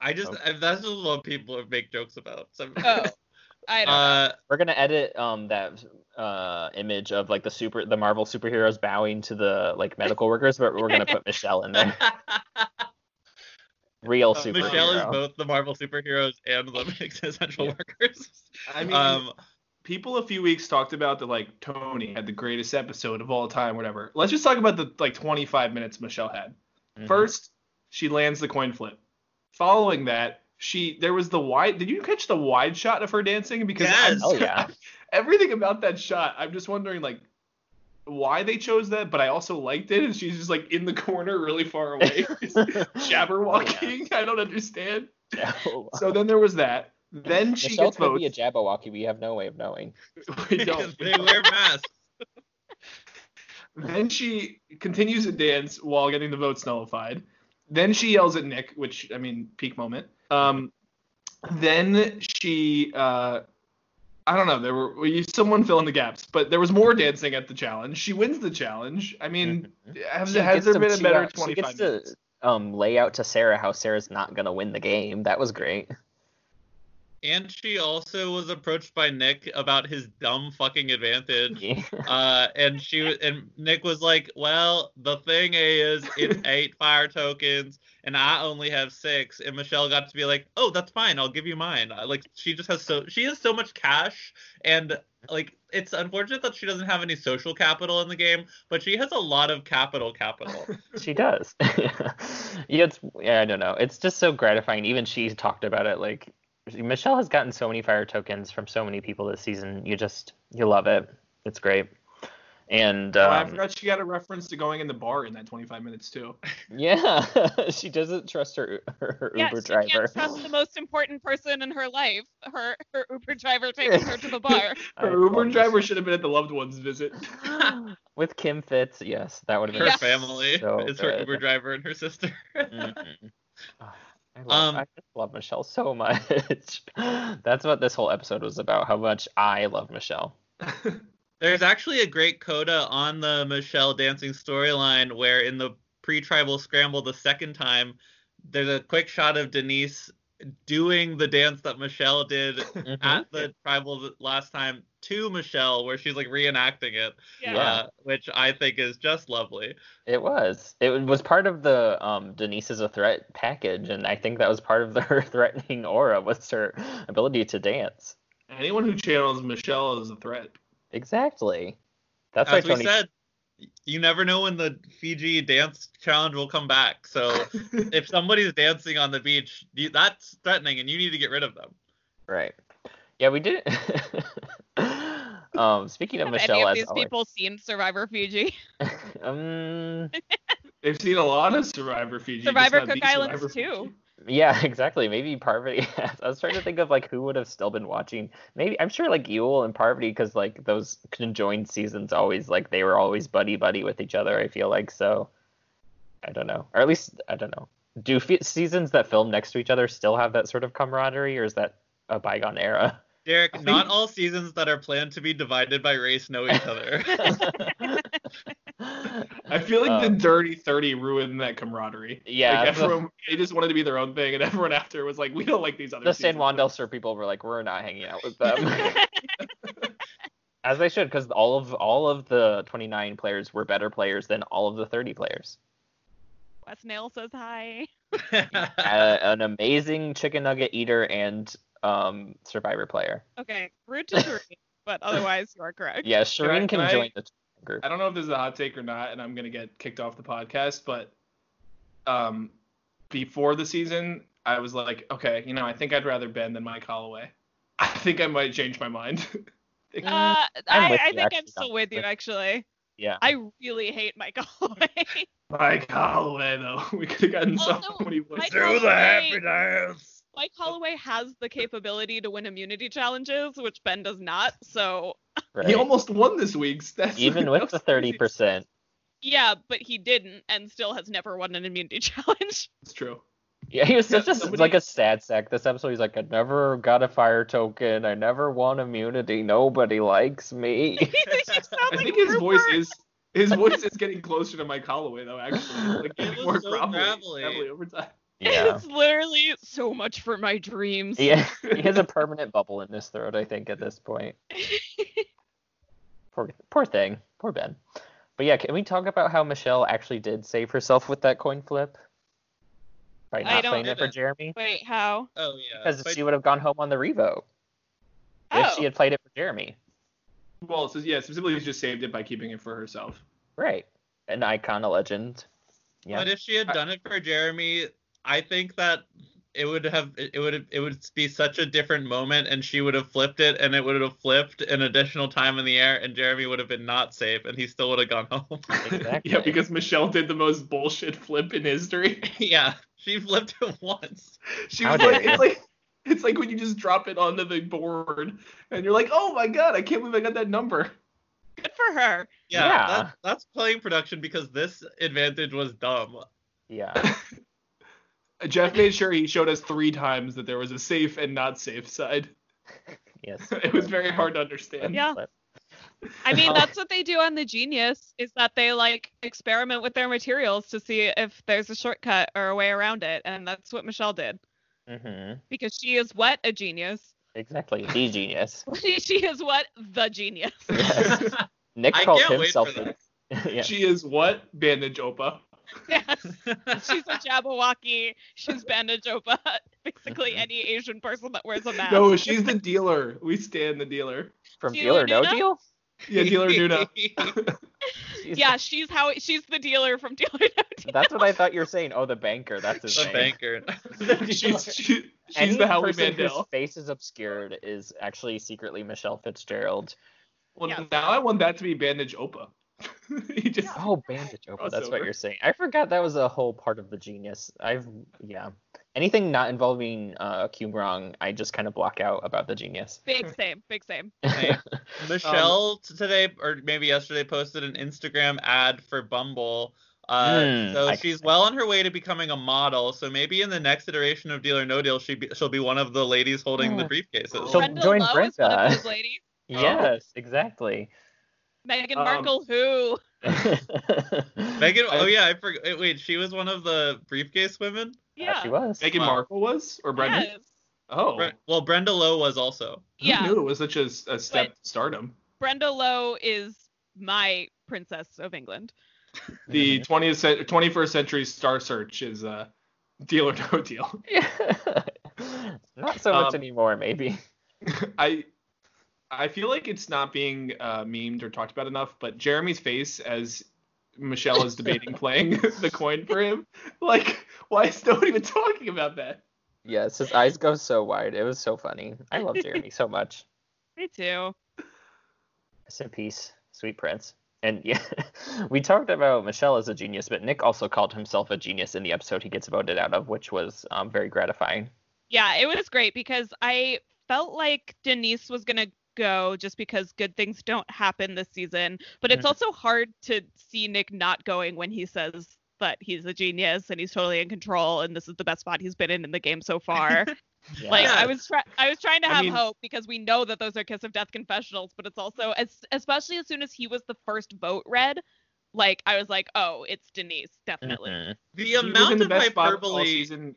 F: I just I, that's just what people make jokes about. So,
D: Oh, *laughs* I don't.
F: uh,
B: We're gonna edit um that uh image of like the super the Marvel superheroes bowing to the like medical workers, but we're gonna put Michelle in there. Real
C: Uh,
B: superhero.
F: Michelle is both the Marvel superheroes and the *laughs* essential workers.
C: I mean,
F: um,
C: people a few weeks talked about that like Tony had the greatest episode of all time, whatever. Let's just talk about the like 25 minutes Michelle had.
B: Mhm.
C: First, she lands the coin flip. Following that, she there was the wide. Did you catch the wide shot of her dancing? Because I'm-
F: Yes.
B: Oh yeah.
C: *laughs* everything about that shot, I'm just wondering like why they chose that, but I also liked it. And she's just like in the corner, really far
B: *laughs*
C: away, jabber
B: Oh,
C: walking. I don't understand.
B: *laughs* No.
C: So then there was that. Then she
B: Michelle
C: gets
B: could be a
C: votes.
B: Jabberwocky. We have no way of knowing.
C: *laughs* We
F: because
C: don't.
F: they wear masks.
C: Then she continues to dance while getting the votes nullified. Then she yells at Nick, which I mean, peak moment. Um, then she, uh, I don't know, there were well, you, someone fill in the gaps, but there was more dancing at the challenge. She wins the challenge. I mean,
F: Mm-hmm.
C: has,
B: She
C: has
B: gets
C: there
B: to-
C: been a
B: she,
C: better
B: uh, she
C: 25
B: gets to
C: minutes? *laughs*
B: um lay out to Sarah how Sarah's not gonna win the game. That was great.
F: And she also was approached by Nick about his dumb fucking advantage.
B: Yeah.
F: Uh, and she wa- and Nick was like, "Well, the thing is, it's
B: *laughs*
F: eight fire tokens, and I only have six. And Michelle got to be like, "Oh, that's fine. I'll give you mine." Uh, Like she just has so she has so much cash, and like it's unfortunate that she doesn't have any social capital in the game, but she has a lot of
B: *laughs*
F: capital capital.
B: *laughs* she does. yeah, it's yeah, I don't know. It's just so gratifying. Even she's talked about it. Like Michelle has gotten so many fire tokens from so many people this season. You just you love it. It's great. And
C: Oh, I
B: um, *laughs*
C: forgot she got a reference to going in the bar in that 25 minutes too.
B: yeah, *laughs* she doesn't trust her her, her
D: yeah,
B: Uber
D: she
B: driver.
D: can't trust the most important person in her life. Her her
B: *laughs*
D: Uber driver taking her to the bar.
B: I
C: Her Uber
B: love this.
C: driver should have been at the loved ones visit.
D: *laughs*
B: with Kim Fitz. Yes, that would have
F: Her
B: been
D: Yes.
F: family
B: so
F: is her
B: good.
F: Uber driver and her sister.
B: *laughs* Mhm. Ah, I, love,
F: Um,
B: I just love Michelle so much. *laughs* That's what this whole episode was about. How much I love Michelle.
F: There's actually a great coda on the Michelle dancing storyline where in the pre-tribal scramble the second time, there's a quick shot of Denise doing the dance that Michelle did
B: *laughs*
F: at the tribal th- last time to Michelle where she's like reenacting it,
D: Yeah.
B: Yeah.
F: uh, which I think is just lovely.
B: It was. It was part of the um, Denise is a threat package, and I think that was part of the, *laughs* her threatening aura was her ability to dance.
C: Anyone who channels Michelle is a threat.
B: Exactly. That's
F: As
B: why
F: we
B: Tony.
F: said, y- you never know when the Fiji dance challenge will come back.
B: *laughs*
F: So if somebody's dancing on the beach, you- that's threatening and you need to get rid of them.
B: Right. Yeah, we did. *laughs* um, speaking of
D: Have
B: Michelle,
D: any of
B: as
D: these
B: always-
D: people seen Survivor Fiji?
B: *laughs* um,
C: They've seen a lot of Survivor Fiji. just
D: Survivor
C: not
D: Cook
C: the
D: Islands
C: Survivor
D: too.
C: Fiji.
B: Yeah, *laughs* exactly. Maybe Parvati. *laughs* I was trying to think of like who would have still been watching. Maybe I'm sure like Yule and Parvati because like those conjoined seasons always like they were always buddy buddy with each other. I feel like so. I don't know, or at least I don't know. Do fe seasons that film next to each other still have that sort of camaraderie, or is that a bygone era? *laughs*
F: Derek,
C: think-
F: not all seasons that are planned to be divided by race know each
B: *laughs*
F: other. *laughs*
C: I feel like the
B: Um,
C: Dirty Thirty ruined that camaraderie.
B: Yeah,
C: like
B: the-
C: everyone, they just wanted to be their own thing, and *laughs* everyone after was like, "We don't like these other."
B: the San
C: seasons."
B: Juan del Sur people were like, we're not hanging
C: *laughs*
B: out with them. *laughs* As they should, because all of all of the 29 players were better players than all of the 30
C: *laughs*
B: players.
D: Wes Nail says hi.
B: A- an amazing chicken nugget eater and um, survivor player.
D: *laughs* Okay, rude to Shereen, *laughs* but otherwise you are correct.
B: Yeah, Shireen
C: I-
B: can
C: can I-
B: join the group.
C: I don't know if this is a hot take or not, and I'm gonna get kicked off the podcast. But um, before the season, I was like, okay, you know, I think I'd rather Ben than Mike Holloway. *laughs* I think I might change my mind. *laughs*
D: Uh, I,
B: with
D: I
B: you,
D: think I'm
B: actually,
D: still
B: Dom.
D: with you actually.
B: Yeah.
D: I really hate Mike *laughs* Holloway.
C: Mike Holloway, though, *laughs* we could have gotten
D: Also,
C: somebody.
D: Mike
C: worse.
D: Through the happy
F: dance.
D: Mike Holloway has the capability to win immunity challenges, which Ben does not. So
C: He
B: Right.
C: almost *laughs* won this week's. That's
B: Even
C: *laughs*
B: with the 30%.
D: yeah, but he didn't, and still has never won an immunity *laughs* challenge.
C: It's true.
B: Yeah, he was
C: Yeah,
B: such a,
C: somebody-
B: like a sad sack this episode. He's like, I never got a fire token. I never won immunity. Nobody likes
C: *laughs*
B: me.
D: You
B: *laughs*
D: sound
C: I
D: like
C: think his voice
D: Rupert.
C: is his voice is getting closer to Mike Holloway though. Actually, like
F: *laughs* It
C: getting
F: was
C: more
F: so
C: gravelly,
F: gravelly.
C: gravelly over time.
B: Yeah.
D: It's literally so much for my
B: *laughs*
D: dreams.
B: Yeah, he has a permanent bubble in his throat, I think, at this point. poor, poor thing, poor Ben. But yeah, can we talk about how Michelle actually did save herself with that coin flip by
D: I
B: not
D: don't
B: playing it for
F: didn't.
B: Jeremy?
D: Wait, how?
F: Oh yeah.
B: Because
F: But
B: she would have gone home on the revo if
D: Oh,
B: she had played it for Jeremy,
C: Well, so yeah, specifically she just saved it by keeping it for herself. *laughs*
B: right? An icon, a legend. Yeah,
F: But if she had done it *laughs* for Jeremy, I think that it would have it would it would be such a different moment, and she would have flipped it, and it would have flipped an additional time in the air, and Jeremy would have been not safe, and he still would have gone *laughs* home.
B: exactly.
C: yeah, because Michelle did the most bullshit flip in history. *laughs*
F: yeah, she flipped it *laughs* once.
C: She
B: How
C: was
B: dare
C: like,
B: you.
C: it's like it's like when you just drop it onto the board and you're like, oh my god, I can't believe I got that number.
D: good for her.
F: Yeah,
B: Yeah.
F: That, that's playing production because this advantage was dumb.
B: yeah,
C: Jeff made sure he showed us three times that there was a safe and not safe side. *laughs*
B: yes.
C: It was very hard to understand.
D: Yeah.
B: Flip.
D: I mean,
B: Oh.
D: that's what they do on The Genius is that they like experiment with their materials to see if there's a shortcut or a way around it, and that's what Michelle did
B: Mhm.
D: because she is what a genius. *laughs*
B: Exactly. The genius.
D: she is what? The genius. *laughs*
B: Yes. Nick
F: I
B: calls
F: can't wait
B: himself.
F: for
B: the- *laughs* yeah.
C: She is what? Bandage Opa.
D: yes.
F: that.
D: She's a Jabberwocky. She's Bandajoba. *laughs* Basically, any Asian person that wears a mask.
C: No, she's the dealer. We stand the dealer.
B: From Deal
D: Dealer
B: or No
D: Nuna?
B: Deal?
C: Yeah, dealer Nuna.
B: She's-
D: yeah, she's how she's the dealer from *laughs* Dealer No Deal.
B: That's what I thought you were saying. Oh, the banker. That's his
F: the
B: name.
F: banker.
C: She's she, she's
B: Any
C: the Howie
B: person
C: Mandel.
B: whose face is obscured is actually secretly Michelle Fitzgerald.
C: Well,
D: Yeah.
C: now I want that to be Bandage Opa. *laughs* he just
B: Oh, bandage over. That's what
C: Crossover.
B: you're saying. I forgot that was a whole part of the genius. I've yeah. Anything not involving uh Kim Wrong, I just kind of block out about the genius.
D: Big same, big same.
C: *laughs*
F: Hey,
C: Um,
F: Michelle t- today or maybe yesterday posted an Instagram ad for Bumble. Uh,
B: Hmm,
F: so
B: I-
F: she's well on her way to becoming a model. So maybe in the next iteration of Deal or No Deal, she be, she'll be one of the ladies holding the
B: Yeah.
F: briefcases.
B: So
D: Brenda
B: join
D: Lowe is one of
B: Brenda.
D: those ladies.
C: Oh.
B: Yes,
C: *laughs*
B: exactly. *laughs*
D: Meghan
C: Um,
D: Markle, who?
B: Megan,
F: Megan,
C: I-
F: oh yeah, I forgot. Wait, she was one of the briefcase women.
D: Yeah.
B: she was.
C: Meghan
F: Wow.
C: Markle was or Brendan.
D: Yes.
C: Oh,
F: Bre- Well, Brenda Lowe was also.
C: Who
D: Yeah.
C: knew it was such a, a step to stardom.
D: Brenda Lowe is my princess of England.
C: The 20th cent- 21st century star search is uh, deal or no deal.
B: *laughs* not so much
C: Um,
B: anymore,
C: *laughs*
B: maybe.
C: I I feel like it's not being uh, memed or talked about enough, but Jeremy's face as Michelle is debating playing *laughs* the coin for him, like why is no one even talking about that?
B: Yes, his eyes go so wide. It was so funny. I love Jeremy so much.
D: Me too.
B: Rest in peace, sweet prince. And yeah, *laughs* we talked about Michelle as a genius, but Nick also called himself a genius in the episode he gets voted out of, which was um, very gratifying.
D: Yeah, it was great because I felt like Denise was gonna go just because good things don't happen this season. But it's
B: Mhm.
D: also hard to see Nick not going when he says that he's a genius and he's totally in control and this is the best spot he's been in in the game so far.
B: Yeah.
D: Like
F: Yeah.
D: I was try- I was trying to
C: I
D: have
C: mean-
D: hope because we know that those are kiss of death confessionals, but it's also as especially as soon as he was the first vote read, like I was like, oh, it's Denise definitely.
B: Mhm.
F: The
C: He was in
F: amount
C: the
F: of
C: best spot all
F: hyperbole.
C: season.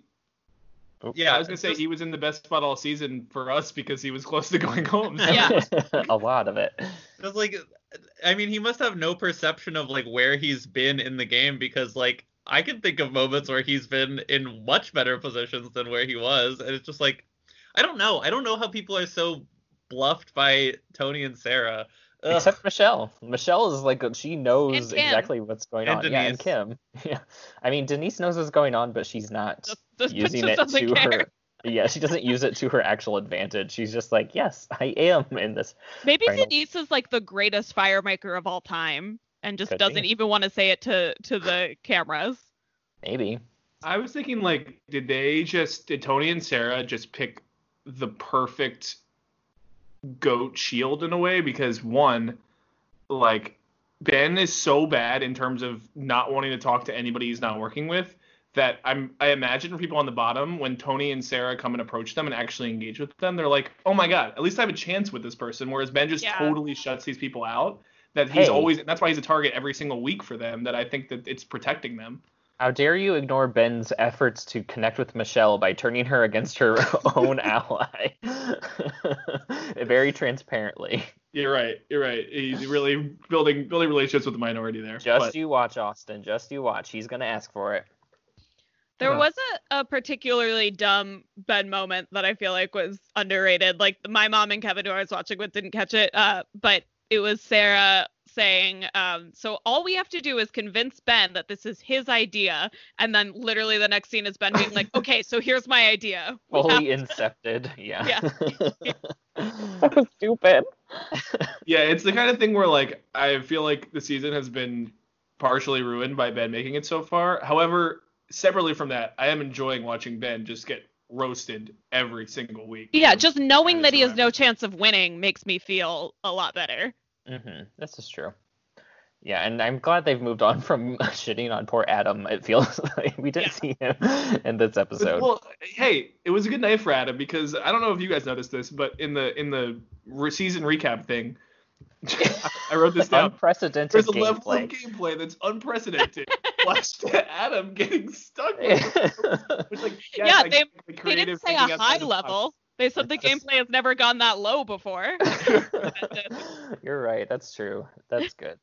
F: Yeah,
C: I
D: *laughs*
C: was gonna say he was in the best spot all season for us because he was close to going home. so-
D: Yeah.
B: *laughs* a lot of it.
F: Because like, I mean, he must have no perception of like where he's been in the game because like I can think of moments where he's been in much better positions than where he was, and it's just like, I don't know. I don't know how people are so bluffed by Tony and Sarah. Ugh.
B: Except Michelle. Michelle is like she knows
D: And Kim.
B: exactly what's going
F: And
B: on. Yeah, and Kim. *laughs* Yeah, I mean Denise knows what's going on, but she's not
D: Just, just,
B: using
D: just
B: it
D: doesn't
B: to
D: care.
B: her. Yeah, she doesn't use it to her actual advantage. She's just like, yes, I am in this
D: Maybe
B: Final-
D: Denise is like the greatest firemaker of all time and just
B: Could
D: doesn't
B: be.
D: even want to say it to to the cameras.
B: maybe.
C: I was thinking like, did they just did Tony and Sarah just pick the perfect goat shield in a way? Because one, like Ben is so bad in terms of not wanting to talk to anybody he's not working with that I'm I imagine for people on the bottom when Tony and Sarah come and approach them and actually engage with them, they're like, Oh my god, at least I have a chance with this person. Whereas Ben just
D: Yeah.
C: totally shuts these people out. That he's
B: Hey.
C: always that's why he's a target every single week for them, that I think that it's protecting them.
B: How dare you ignore Ben's efforts to connect with Michelle by turning her against her *laughs* own ally? *laughs* Very transparently.
C: You're right. You're right. He's really building building relationships with the minority there.
B: Just
C: but
B: you watch, Austin. Just you watch. He's going to ask for it.
D: There
C: Yeah.
D: was a, a particularly dumb Ben moment that I feel like was underrated. Like my mom and Kevin, who I was watching with, didn't catch it. Uh, but it was Sarah saying, um, "So all we have to do is convince Ben that this is his idea," and then literally the next scene is Ben being *laughs* like, "Okay, so here's my idea." We have-
B: Fully incepted. Yeah. *laughs*
D: Yeah.
B: so stupid.
C: yeah, it's the kind of thing where like I feel like the season has been partially ruined by Ben making it so far. However, separately from that, I am enjoying watching Ben just get roasted every single week.
D: yeah, just knowing
C: That is
D: that he has no
C: survivor.
D: chance of winning makes me feel a lot better.
B: Mm-hmm. This is true. Yeah, and I'm glad they've moved on from *laughs* shitting on poor Adam. It feels *laughs* like we didn't see him *laughs* in this episode.
C: But- well, hey, it was a good night for Adam because I don't know if you guys noticed this, but in the in the re- season recap thing, *laughs* I, I wrote this down.
B: Unprecedented
C: There's a level of
B: gameplay.
C: gameplay that's unprecedented.
B: *laughs*
C: Watch Adam getting stuck with which like yes,
D: Yeah,
C: I
D: they-
C: get the
D: They
C: creative
D: didn't say
C: thinking
D: a
C: outside
D: high
C: the box.
D: level. They said the
B: It's just-
D: gameplay has never gone that low
C: *laughs*
D: before.
B: *laughs* You're right. That's true. That's good.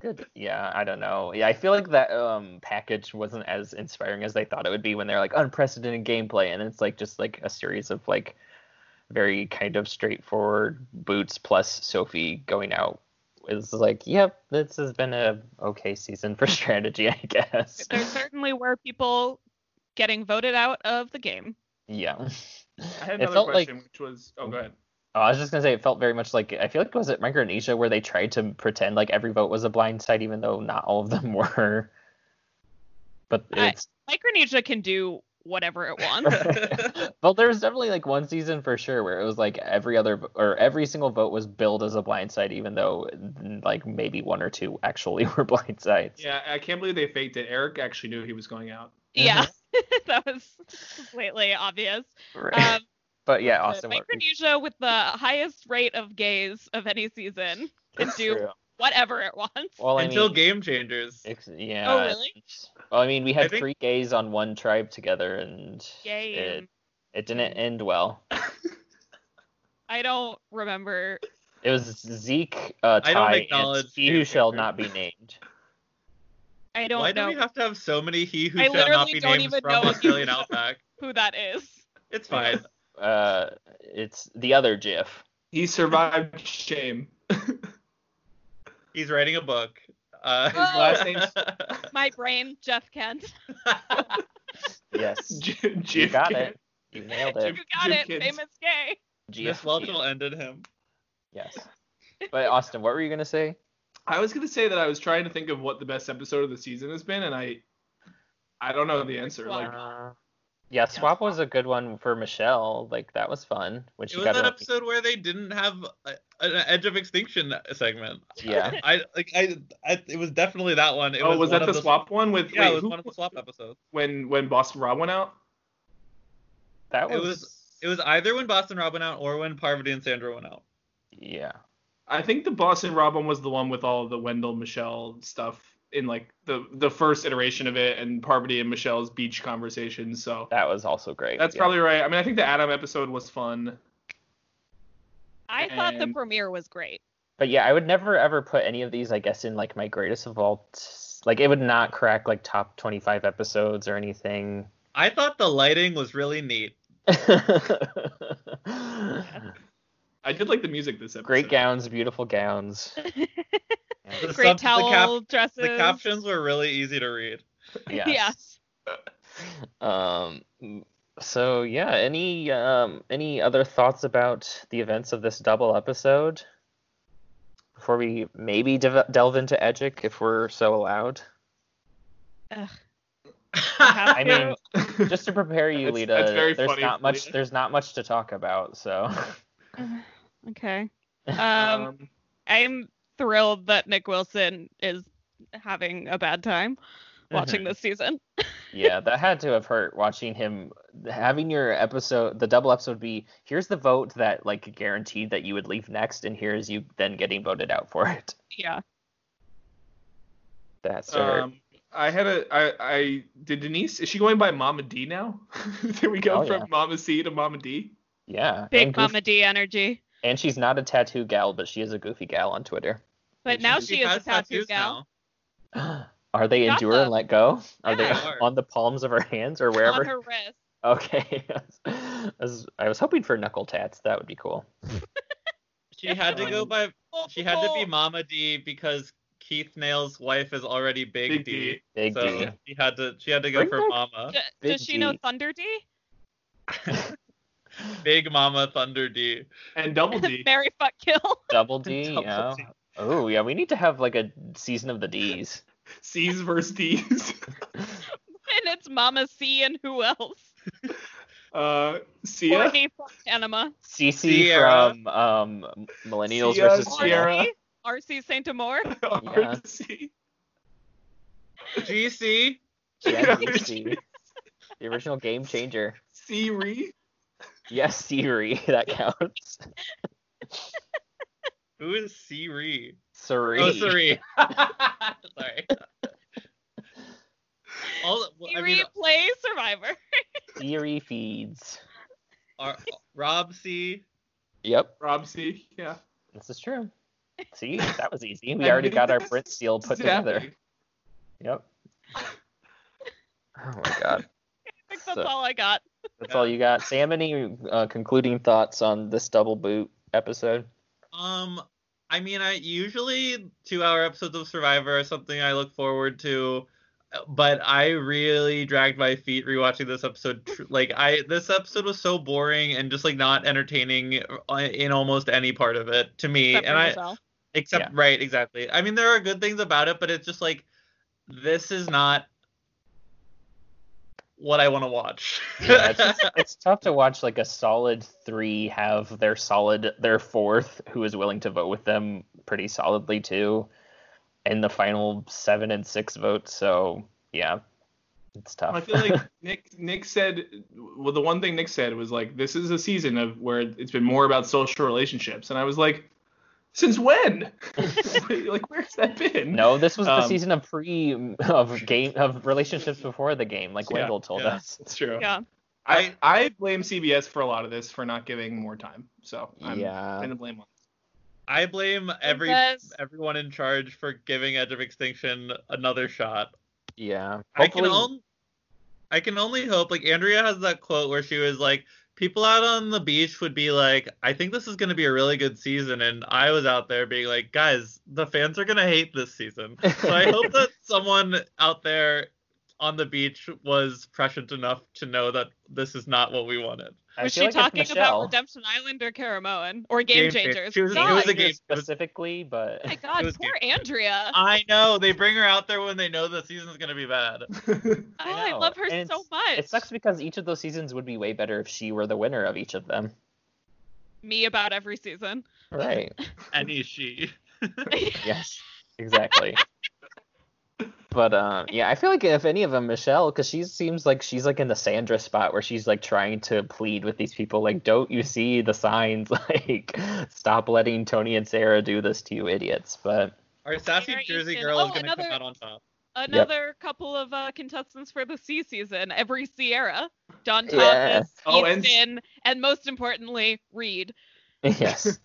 B: Good. Yeah, I don't know. Yeah, I feel like that um package wasn't as inspiring as they thought it would be when they're like unprecedented gameplay and it's like just like a series of like very kind of straightforward boots plus Sophie going out. It's like, yep, this has been a okay season for *laughs* strategy, I guess.
D: there certainly were people getting voted out of the game.
B: Yeah.
C: I had
B: It
C: another
B: felt like-
C: question, which was, oh, go ahead.
B: Oh, I was just gonna say it felt very much like I feel like was it Micronesia where they tried to pretend like every vote was a blind side, even though not all of them *laughs* were. But
D: I-
B: it's
D: Micronesia can do
B: *laughs*
D: whatever it wants.
B: Mm-hmm. well, there was definitely like one season for sure where it was like every other or every single vote was billed as a blind side, even though like maybe one or two actually *laughs* were blind sides.
C: Yeah, I can't believe they faked it. Eric actually knew he was going out.
D: yeah, *laughs* that was
B: *laughs*
D: completely obvious.
B: Right.
D: Um,
B: but yeah,
D: but
B: Austin. what-
D: Micronesia, with the highest rate of gays of any season, can
B: That's
D: do
B: true.
D: whatever it wants.
B: Well, I
F: Until
B: mean,
F: Game Changers.
B: it's- yeah.
D: oh, really?
B: Well, I mean, we
F: I
B: had
F: think-
B: three gays on one tribe together, and
D: Game.
B: it, it didn't end well.
D: I don't remember.
B: It was Zeke, uh, Ty,
F: I don't
B: and
F: acknowledge
B: he
F: you,
B: who shall
F: Andrew.
B: not be named.
D: I don't
F: Why
D: know
F: do we have to have so many he who
D: I
F: shall not
D: literally
F: be
D: don't
F: named
D: even
F: from
D: know if
F: Australian
D: you-
F: Outback?
D: who that is. *laughs*
F: It's fine.
B: Uh, it's the other GIF.
C: He survived shame.
F: He's writing a book. Uh,
D: His last
F: *laughs*
C: name's-
D: My brain, Jeff Kent.
B: Yes,
C: J-
B: *laughs*
C: *laughs*
B: you
C: Jeff
B: got
C: Kent.
B: it. You nailed
D: *laughs* you
B: it.
D: got
C: Jim
D: it.
C: Kent.
D: Famous gay.
F: Miss
B: GIF.
F: Welchel ended him.
B: Yes. But Austin, what were you gonna say?
C: I was gonna say that I was trying to think of what the best episode of the season has been, and I, I don't know the answer. Like,
B: yeah, swap was a good one for Michelle. Like that was fun when
F: It
B: she
F: was
B: got
F: that
B: her.
F: episode where they didn't have a, an Edge of Extinction segment.
B: *laughs* Yeah.
F: I like I, I it was definitely that one. It
C: oh, was,
F: one
C: that
F: of
C: the swap one with?
F: Yeah,
C: wait,
F: it was
C: who-
F: one of the swap episodes.
C: when when Boston Rob went out.
B: That
F: It
B: was.
F: was it was either when Boston Rob went out or when Parvati and Sandra went out.
B: Yeah.
C: I think the Boston Rob one was the one with all the Wendell Michelle stuff in like the the first iteration of it, and Parvati and Michelle's beach conversation. So
B: That was also great.
C: that's
B: yeah.
C: probably right. I mean, I think the Adam episode was fun.
D: I thought the
C: And-
D: premiere was great.
B: But yeah, I would never ever put any of these, I guess, in like my greatest of all. t- like it would not crack like top twenty-five episodes or anything.
F: I thought the lighting was really neat.
C: I did like the music this
B: *laughs*
C: episode.
B: Great gowns, beautiful gowns.
F: The
D: Great uh,
F: sub- the cap-
D: towel dresses.
F: The captions were really easy to read.
D: *laughs* Yes.
B: Um. So yeah, any um any other thoughts about the events of this double episode before we maybe dev delve into Edgic if we're so allowed? *laughs* I mean, just to prepare you,
C: That's-
B: Lita,
C: that's very
B: there's
C: funny,
B: not much
C: Lita.
B: there's not much to talk about. So
D: *laughs*
B: *laughs*
D: Okay.
C: Um,
D: Um, I'm thrilled that Nick Wilson is having a bad time watching
F: Mm-hmm.
D: this season.
B: yeah, that had to have hurt watching him having your episode, the double episode be here's the vote that like guaranteed that you would leave next, and here's you then getting voted out for it. *laughs*
D: Yeah.
B: That's hurt.
C: um, I had a I I did Denise is she going by Mama D now? *laughs* did we go
B: Oh,
C: from
B: yeah.
C: Mama C to Mama D?
B: yeah,
D: Big
B: and goofy-
D: Mama D energy.
B: And she's not a tattoo gal, but she is a goofy gal on Twitter.
D: But
C: She-
D: now
C: she
D: she is a tattoo gal.
B: Are they
D: Got
B: endure
D: them.
B: and let go? Are
F: Yeah.
B: they on the palms of her hands or wherever?
D: On her
B: *laughs*
D: wrist.
B: Okay. *laughs* I was, I was hoping for knuckle tats. That would be cool.
F: She had to go
C: Um,
F: by *laughs* she had to be
D: Multiple-
F: Mama D because Keith Nail's wife is already Big,
C: Big
F: D.
C: D.
B: Big
F: so *laughs*
B: D.
F: she had to she had to go
B: Bring
F: for
B: back-
F: Mama.
D: D-
B: Big
D: Does she know
B: D.
D: Thunder D?
F: Big Mama Thunder D.
C: And
D: *laughs*
C: Double
F: *laughs*
C: D.
D: Mary fuck kill. *laughs*
B: Double D.
F: Double
B: yeah.
F: D.
B: Oh yeah, we need to have like a season of the D's.
C: C's versus
F: *laughs*
C: D's.
D: and it's Mama C and who else?
C: Uh, *laughs* Sia.
D: Courtney from Anima.
B: CC
F: Sierra.
B: from um, Millennials
C: Sia,
B: versus
C: Sierra.
D: Courtney. RC Saint Amour.
B: Yeah.
C: C.
F: GC.
B: Gen
C: *laughs*
B: GC. The original game changer.
C: C. Re.
B: Yes, Siri. *laughs* That counts.
F: Who is Siri?
B: Siri.
F: Oh, *laughs* Siri. Sorry. All, I
D: Siri
F: mean,
D: play Survivor.
B: Siri feeds.
F: R- uh, Rob C.
B: Yep,
C: Rob C. Yeah.
B: this is true. See, that was easy. We
C: I
B: already
C: knew
B: got our
C: this.
B: Brit seal put together.
C: Exactly.
B: Yep. Oh my god.
D: I think that's
B: So,
D: all I got.
B: that's all you
C: *laughs*
B: got. Sam, any uh, concluding thoughts on this double boot episode?
F: Um, I mean, I usually two-hour episodes of Survivor are something I look forward to, but I really dragged my feet rewatching this episode. Tr- Like, I this episode was so boring and just like not entertaining uh, in almost any part of it to me.
D: Except for
F: and I
D: Michelle.
F: except
B: Yeah.
F: right exactly i mean there are good things about it but it's just like this is not what i want to watch
B: Yeah, it's, it's- it's tough to watch like a solid three have their solid their fourth who is willing to vote with them pretty solidly too in the final seven and six votes. So yeah, it's tough.
C: I feel like Nick Nick said well the one thing Nick said was like this is a season of where it's been more about social relationships and I was like since when *laughs* like where's that been
B: no, this was the
C: Um,
B: season of pre of game of relationships before the game, like
C: Yeah,
B: Wendell told
F: yeah.
B: us.
C: it's true
D: Yeah.
C: I I blame CBS for a lot of this for not giving more time so I'm
B: yeah,
C: kind of blame on
F: *laughs* i blame every
D: Because-
F: everyone in charge for giving edge of extinction another shot
B: yeah.
F: i can only i can only hope like andrea has that quote where she was like people out on the beach would be like i think this is going to be a really good season and i was out there being like guys the fans are going to hate this *laughs* season so I hope that someone out there on the beach was prescient enough to know that this is not what we wanted.
B: I
D: Was
B: feel
D: she
B: like it's
D: talking
B: Michelle.
D: about Redemption Island or Karamoan or Game,
F: Game
D: Changers?
F: Changers. She was-
D: God.
F: it was a game-
B: specifically, but
D: Oh my
F: it
D: God,
F: was
D: poor
F: Game
D: Andrea.
F: I know they bring her out there when they know the season's gonna be *laughs* bad.
C: that
D: oh, I
B: know,
D: love her
B: and
D: so
B: it's-
D: much.
B: It sucks because each of those seasons would be way better if she were the winner of each of them.
D: Me about every season. *laughs*
B: Right.
F: Any she.
B: yes. Exactly. but um, yeah, I feel like if any of them, Michelle, because she seems like she's like in the Sandra spot where she's like trying to plead with these people, like, don't you see the signs? *laughs* Like, stop letting Tony and Sarah do this to you idiots. But *laughs*
F: Our sassy
D: Sarah
F: Jersey
D: Easton.
F: girl
D: Oh,
F: is gonna
D: another-
F: come out on top.
D: Another couple of uh, contestants for the C season. Every Sierra, Don Thomas,
B: Yeah.
C: Oh, and-
D: Easton, and... most importantly, Reed.
B: yes,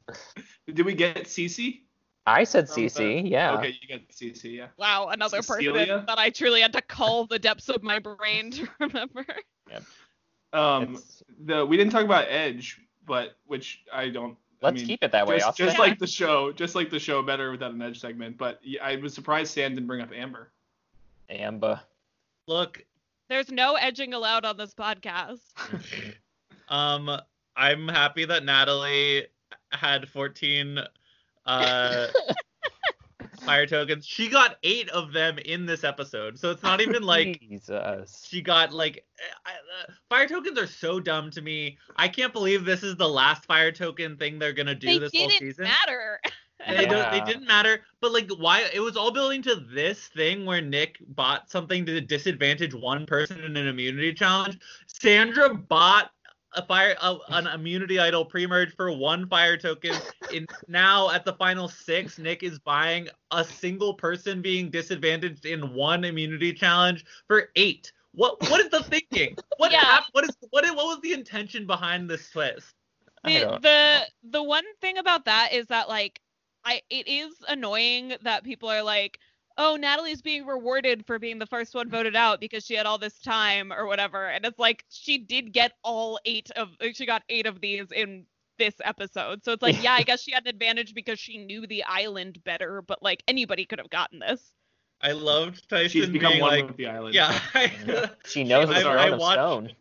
C: did we get CC
B: I said
C: From the-
B: CC. Yeah.
C: okay you got CC yeah
D: Wow, another
C: Cecilia?
D: person that I truly had to cull the depths of my brain *laughs* to remember.
C: um
B: It's-
C: the we didn't talk about Edge but which I don't I
B: let's
C: mean,
B: keep it that way.
C: just,
B: Austin.
C: just
D: Yeah.
C: like the show, just like the show, better without an edge segment. But yeah, I was surprised Sam didn't bring up Amber.
B: Amber.
F: Look,
D: There's no edging allowed on this podcast.
F: um, I'm happy that Natalie had 14
D: *laughs*
F: uh fire tokens. She got eight of them in this episode, so it's not
D: *laughs*
F: even like
B: Jesus.
F: she got like I, uh, fire tokens are so dumb to me. I can't believe this is the last fire token thing they're gonna do
D: they
F: this whole
D: didn't
F: season.
D: matter.
F: They, don't, they
B: Yeah.
F: didn't matter, but like why? It was all building to this thing where Nick bought something to disadvantage one person in an immunity challenge. Sandra bought a fire a, an immunity idol pre-merge for one fire token. In now at the final six, Nick is buying a single person being disadvantaged in one immunity challenge for eight. What what is the thinking? What
D: Yeah.
F: hap- what is what is- what was the intention behind this twist?
B: I
D: the
B: don't
D: the, the one thing about that is that like I it is annoying that people are like, oh Natalie's being rewarded for being the first one voted out because she had all this time or whatever, and it's like she did get all eight of she got eight of these in this episode, so
B: *laughs*
D: it's like yeah, I guess she had an advantage because she knew the island better, but like anybody could have gotten this.
F: I loved Tyson
C: She's become
F: being
C: one
F: like,
C: with the island.
F: yeah. *laughs*
B: Yeah.
F: I,
B: She knows
C: I-
B: the throne
C: I
B: of
F: watched-
B: stone.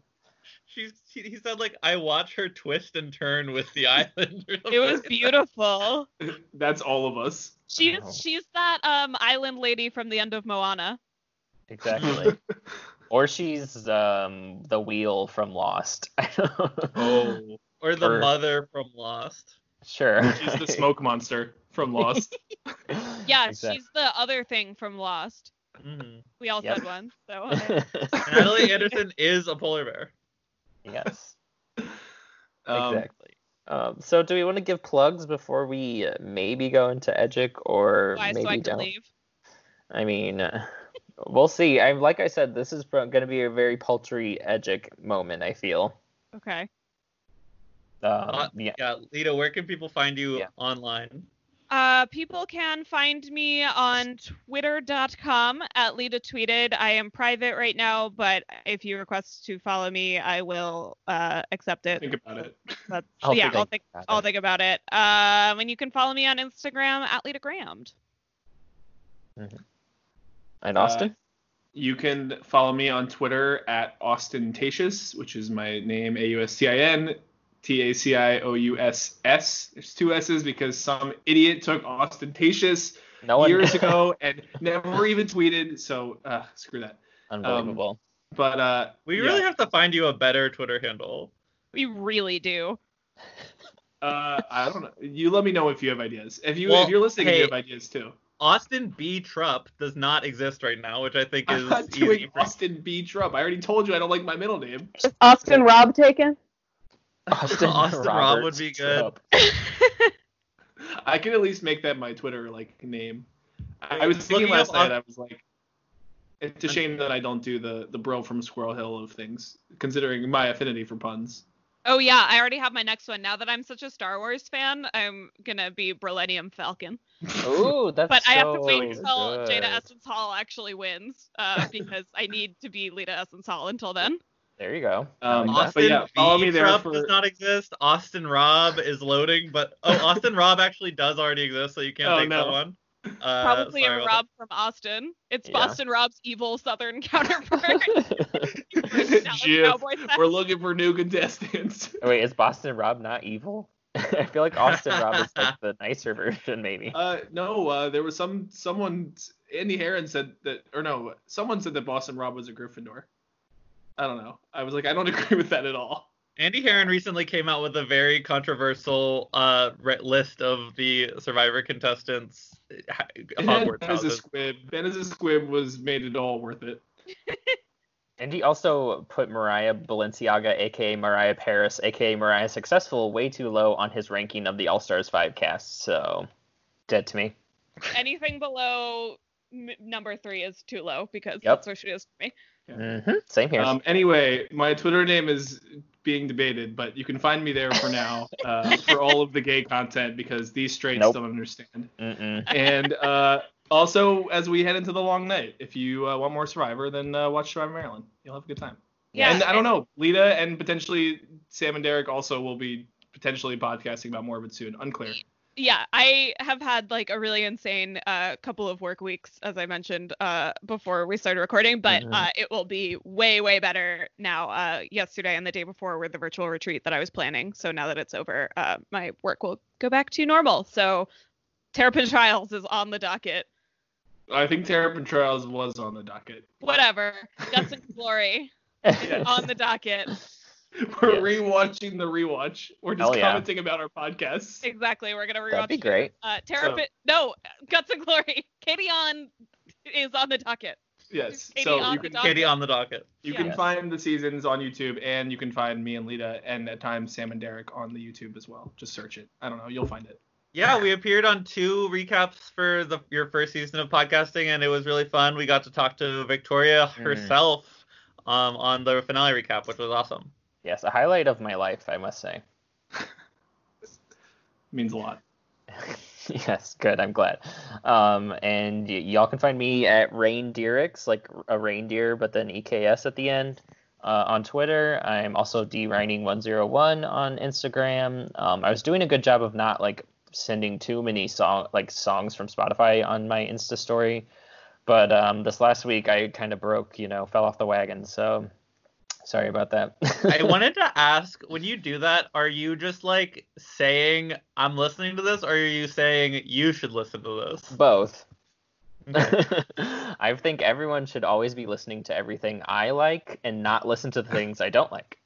F: she's she, he said like I watch her twist and turn with
C: *laughs*
F: the island. or
D: It
B: *laughs*
D: was
F: something.
D: beautiful.
C: that's all of us.
F: *laughs*
D: She's
B: Wow.
D: she's that um island lady from the end of Moana.
B: Exactly. or she's um the wheel from Lost. *laughs*
C: Oh,
F: or the
B: Her-
F: mother from Lost.
B: sure.
C: she's the smoke monster
B: *laughs*
C: from Lost.
D: Yeah,
B: Exact-
D: she's the other thing from Lost.
F: Mhm.
D: We all
B: Yep.
D: said one,
B: *laughs*
D: so uh, I- *laughs*
F: Natalie Anderson is a polar bear.
B: yes.
C: Um,
B: exactly. Um, so do we want to give plugs before we uh, maybe go into Edgic or
D: why
B: maybe
D: so I can
B: don't?
D: leave.
B: I mean, uh, we'll see. I like I said, this is going to be a very paltry Edgic moment. I feel.
D: Okay.
C: Uh,
B: Um, yeah.
F: Yeah, Lita, where can people find you
B: Yeah.
F: online?
D: Uh, people can find me on twitter.com at Lita Tweeted. I am private right now, but if you request to follow me, I will uh, accept it.
C: Think about it.
D: That's,
B: I'll
D: yeah,
B: think
D: I'll think,
B: about
D: I'll
B: it.
D: think about it. Um, and you can follow me on Instagram at Lita Grammed.
B: And Austin?
C: You can follow me on Twitter at ostentatious, which is my name A U S T I N T A C I O U S S. There's two S's because some idiot took ostentatious
B: no one.
C: Uh, years ago and never even tweeted. So uh, screw that.
B: *laughs* Unbelievable.
C: But uh,
F: We
C: yeah.
F: really have to find you a better Twitter handle.
D: We really do.
C: Uh, I don't know. You let me know if you have ideas. If you
F: Well,
C: if you're listening, if
F: hey,
C: you have ideas
F: *laughs*
C: too.
F: Austin B. Trupp does not exist right now, which
D: *laughs*
F: I think
C: I'm
F: is
C: not
F: easy.
C: doing
F: *laughs* for-
C: Austin B. Trump. I already told you I don't like my middle name.
G: Is Austin Rob taken?
C: um,
B: Austin,
F: Austin Rob
B: Roberts Oh,
F: would be good.
B: Trump.
C: I could at least make that my Twitter like name. I I was
F: Looking
C: thinking last
F: up on-
C: night. I was like, it's a shame that I don't do the the bro from Squirrel Hill of things, considering my affinity for puns.
D: Oh, yeah, I already have my next one. Now that I'm such a Star Wars fan, I'm going to be Brillennium Falcon.
B: Ooh, that's
D: But I have to
B: so
D: wait until
B: good.
D: Jada Essence Hall actually wins
B: *laughs*
D: uh, because I need to be Lita Essence Hall until then.
B: There you go. I like
C: Um,
B: that.
C: but
F: Austin
C: yeah, follow
F: B.
C: me there
F: Trupp
C: for.
F: does not exist. Austin Rob is loading, but
C: *laughs*
F: oh, Austin Rob actually does already exist, so you can't
C: Oh,
F: take
C: no.
F: that one. Uh,
D: Probably
F: sorry
D: a
F: about
D: Rob from Austin. It's
B: Yeah.
D: Boston Rob's evil
B: *laughs*
D: southern *laughs* counterpart.
C: Jif. We're looking for new contestants.
B: Wait, is Boston Rob not evil? *laughs* I feel like Austin Rob is like the nicer *laughs* version, maybe.
C: Uh, no, uh, there was some someone Andy Heron said that, or no, someone said that Boston Rob was a Gryffindor. I don't know. I was like, I don't *laughs* agree with that at all.
F: Andy Heron recently came out with a very controversial uh, re- list of the Survivor contestants. ha- Hogwarts
C: ben is a
F: houses.
C: squib. Ben is a squib was made it all worth it.
B: And he also put Mariah Balenciaga, aka Mariah Paris, aka Mariah Successful, way too low on his ranking of the All Stars 5 cast, so dead to me.
D: Anything below m- number three is too low because
B: Yep.
D: that's where she is for me.
B: hmm Same here.
C: Um, anyway, my Twitter name is being debated, but you can find me there for now uh, for all of the gay content because these straights
B: Nope.
C: don't understand.
B: Mm-mm.
C: And uh, also, as we head into the long night, if you uh, want more Survivor, then uh, watch Survivor Maryland. You'll have a good time.
D: Yeah,
C: and I don't know, Lita and potentially Sam and Derek also will be potentially podcasting about more of it soon. Unclear.
D: Yeah, I have had like a really insane uh, couple of work weeks, as I mentioned uh, before we started recording, but
B: Mhm.
D: uh, it will be way, way better now. Uh, yesterday and the day before were the virtual retreat that I was planning. So now that it's over, uh, my work will go back to normal. So Terrapin Trials is on the docket.
C: I think Terrapin Trials was on the docket.
D: Whatever. Dustin Glory
C: Yeah.
D: on the docket.
C: *laughs* We're
B: Yes.
C: rewatching the rewatch. We're just
B: Hell yeah.
C: commenting about our podcast.
D: Exactly. We're gonna rewatch.
B: That'd be
D: it.
B: great.
D: Uh, Terrapin. No, Guts and Glory. Katie on is on the docket.
C: Yes.
D: Katie
C: So
D: on
C: you
D: the
C: can
D: docket.
F: Katie on the docket.
C: you
D: Yeah.
C: can
B: Yes.
C: find the seasons on YouTube, and you can find me and Lita, and at times Sam and Derek on the YouTube as well. Just search it. I don't know. You'll find it.
F: Yeah, we appeared on two recaps for the your first season of podcasting, and it was really fun. We got to talk to Victoria herself um, on the finale recap, which was awesome.
B: Yes, a highlight of my life, I must say.
C: means a lot.
B: *laughs* yes, good. I'm glad. Um, and y- y'all can find me at Reindeerix, like a reindeer, but then EKS at the end. Uh, on Twitter, I'm also drining101 on Instagram. Um, I was doing a good job of not like sending too many song like songs from Spotify on my Insta story, but um, this last week I kind of broke, you know, fell off the wagon. So sorry about that.
F: I wanted to ask, when you do that, are you just like saying I'm listening to this, or are you saying you should listen to this?
B: both.
F: Okay.
B: *laughs* I think everyone should always be listening to everything I like and not listen to the things I don't like.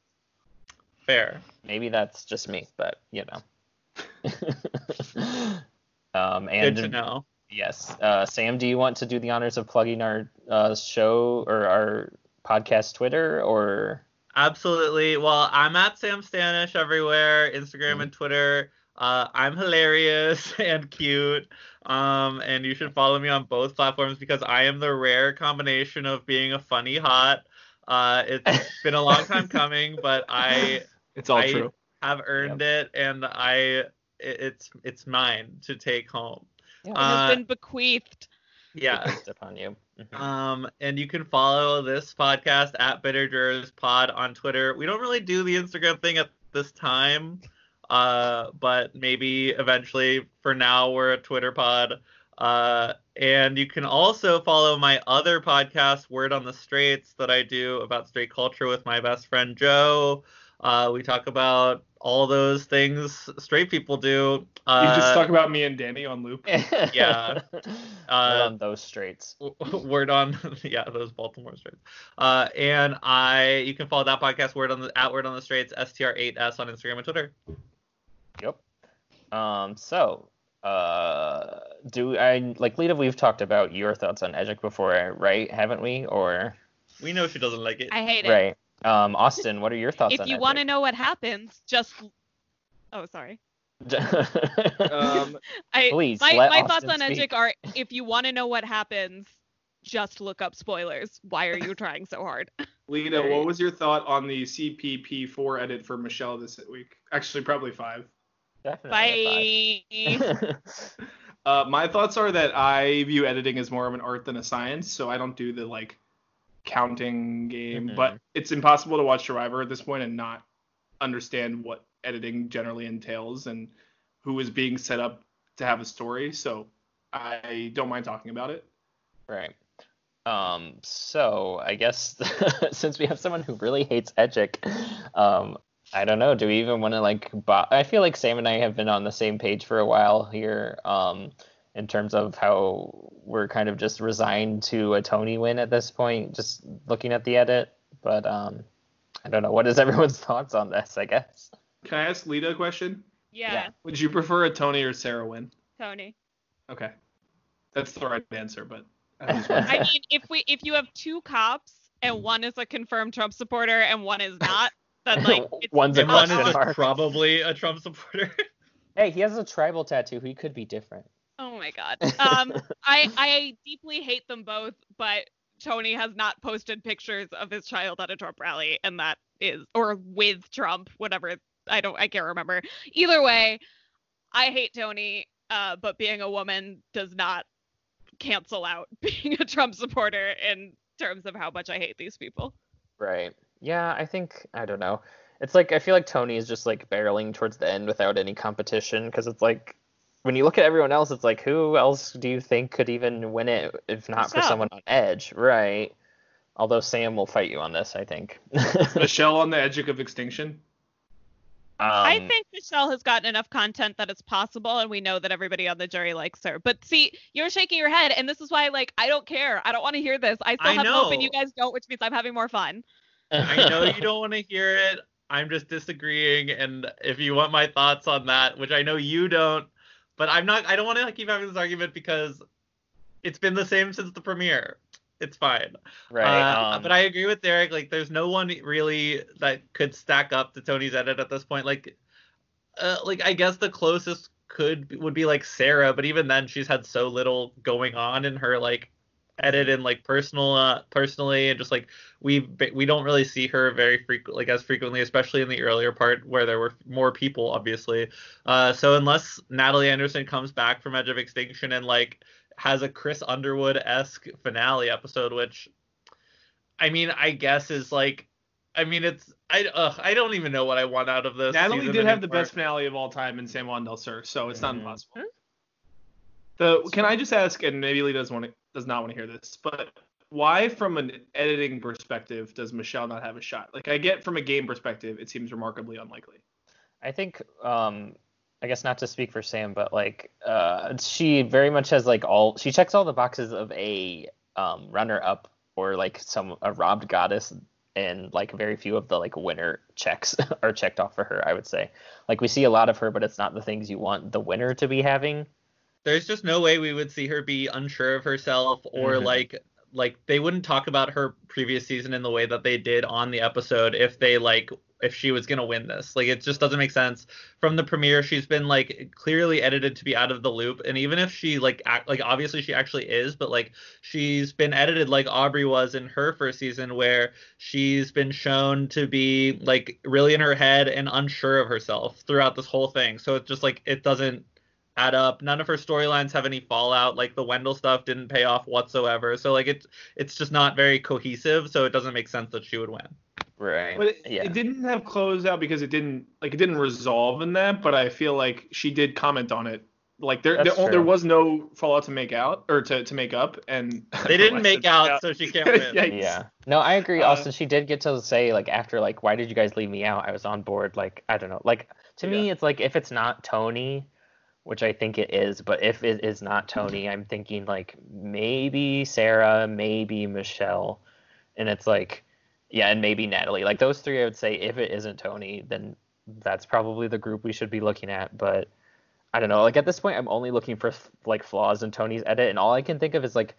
F: Fair.
B: Maybe that's just me, but you know. *laughs* um, and
F: Good to know.
B: yes, uh, Sam, do you want to do the honors of plugging our uh, show or our podcast Twitter or?
F: Absolutely. Well, I'm at Sam Stanish everywhere, Instagram
D: Mm-hmm.
F: and Twitter. Uh, I'm hilarious *laughs* and cute. Um, and you should follow me on both platforms because I am the rare combination of being
D: *laughs*
F: a funny hot. Uh, it's been a long time coming, but I
C: It's all
F: I-
C: true.
F: have earned it, and I it- it's it's mine to take home.
B: Yeah.
D: It
F: Uh,
D: has been bequeathed.
F: yeah.
B: Based upon you. Mhm.
F: Um, and you can follow this podcast at Bitter Jurors Pod on Twitter. We don't really do the Instagram thing at this time, uh, but maybe eventually. For now, we're a Twitter pod. Uh, and you can also follow my other podcast, Word on the Straits, that I do about straight culture with my best friend Joe. Uh, we talk about all those things straight people do. Uh,
C: you just talk about me and Danny
B: *laughs*
C: on loop.
F: *laughs* Yeah. Uh,
B: Hold on those straits.
F: *laughs* word on yeah those baltimore straits uh and i you can follow that podcast word on the at word on the straits str8s on instagram and twitter
B: Yep. Um, so, uh, do I like Lita? We've talked about your thoughts on Edgic before, right? Haven't we? Or
F: we know she doesn't like it
D: I hate it.
B: right? Um, Austin, what are your thoughts
D: If
B: on *laughs*
D: you want to know what happens, just oh sorry.
B: to?
C: Um,
D: I
B: Please,
D: my,
B: let
D: my thoughts on
B: Austin
D: Edgic
B: speak. *laughs*
D: are if you want to know what happens, just look up spoilers. Why are you trying
B: *laughs*
D: so hard?
C: Lita, what was your thought on the CPP4 edit for Michelle this week? Actually, probably five.
B: Definitely
D: Bye.
B: a *laughs* five.
C: Uh, my thoughts are that I view editing as more of an art than a science, so I don't do the like counting game.
B: Mhm.
C: But it's impossible to watch Survivor at this point and not understand what editing generally entails and who is being set up to have a story. So I don't mind talking about it.
B: Right. Um, so I guess *laughs* since we have someone who really hates Edgic, um, I don't know. Do we even want to like? Bo- I feel like Sam and I have been on the same page for a while here. Um, in terms of how we're kind of just resigned to a Tony win at this point, just looking at the edit. But um, I don't know. What is *laughs* everyone's thoughts on this? I guess.
C: Can I ask Lita a question?
D: Yeah,
C: Would you prefer a Tony or Sarah win?
D: Tony.
C: Okay. That's the right answer, but *laughs* I was wondering.
D: I mean, if we if you have two cops and one is a confirmed Trump supporter and one is not, then
B: *laughs*
D: like it's
B: One's a
F: and one
B: question
F: is
B: mark.
F: probably a trump supporter *laughs*
B: Hey, he has a tribal tattoo. He could be different.
D: Oh my god. Um I I deeply hate them both, but Tony has not posted pictures of his child at a Trump rally and that is or with Trump, whatever. I don't I can't remember. Either way, I hate Tony, uh but being a woman does not cancel out *laughs* being a Trump supporter in terms of how much I hate these people.
B: Right. Yeah, I think I don't know. It's like I feel like Tony is just like barreling towards the end without any competition because it's like when you look at everyone else, it's like who else do you think could even win it if not for
D: Sam.
B: someone on edge, right? Although Sam will fight you on this, I think.
C: Michelle on the edge of extinction.
D: I
B: Um,
D: think Michelle has gotten enough content that it's possible, and we know that everybody on the jury likes her. But see, you're shaking your head, and this is why, like, I don't care. I don't want to hear this. I still
F: I
D: have hope, and
F: know.
D: you guys don't, which means I'm having more fun.
B: *laughs*
F: i know you don't want to hear it i'm just disagreeing and if you want my thoughts on that which i know you don't but i'm not i don't want to keep having this argument because it's been the same since the premiere it's fine
B: right.
F: Uh,
B: um,
F: but I agree with Derek. Like, there's no one really that could stack up to Tony's edit at this point. Like, uh, like I guess the closest could be- would be like Sarah, but even then, she's had so little going on in her like edit and like personal uh, personally and just like we ba- we don't really see her very frequent like as frequently especially in the earlier part where there were more people obviously uh so unless natalie anderson comes back from edge of extinction and like has a chris underwood-esque finale episode which I mean, I guess is like, I mean, it's I ugh, I don't even know what I want out of this.
C: Natalie
F: season Mm-hmm.
C: did have the
F: anymore.
C: best finale of all time in San Juan del Sur, so it's not
B: Mhm.
C: impossible. The can I just ask, and maybe Lee does want to, does not want to hear this, but why, from an editing perspective, does Michelle not have a shot? Like I get from a game perspective, it seems remarkably unlikely.
B: I think um I guess not to speak for Sam, but like uh she very much has like all she checks all the boxes of a um runner up or like some a robbed goddess and like very few of the like winner checks *laughs* are checked off for her, I would say. Like we see a lot of her, but it's not the things you want the winner to be having.
F: There's just no way we would see her be unsure of herself or
B: Mhm.
F: like like they wouldn't talk about her previous season in the way that they did on the episode if they like if she was gonna win this. Like it just doesn't make sense. From the premiere, she's been like clearly edited to be out of the loop, and even if she like act, like obviously she actually is, but like she's been edited like Aubrey was in her first season, where she's been shown to be like really in her head and unsure of herself throughout this whole thing. So it's just like it doesn't add up. None of her storylines have any fallout. Like the Wendell stuff didn't pay off whatsoever. So like it's it's just not very cohesive. So it doesn't make sense that she would win.
B: Right.
C: But it,
B: yeah.
C: it didn't have closeout because it didn't like it didn't resolve in that. But I feel like she did comment on it. Like there
B: That's
C: there,
B: true.
C: there was no fallout to make out or to, to make up, and *laughs*
F: They didn't make out, so she can't win.
C: Yeah.
B: yeah. No, I agree.
C: Uh,
B: Austin, she did get to say like after like, why did you guys leave me out? I was on board. Like I don't know. Like to me, it's like if it's not Tony, which I think it is, but if it is not Tony, I'm thinking like maybe Sarah, maybe Michelle, and it's like yeah, and maybe Natalie. Like those three, I would say if it isn't Tony, then that's probably the group we should be looking at. But I don't know. Like at this point, I'm only looking for like flaws in Tony's edit, and all I can think of is like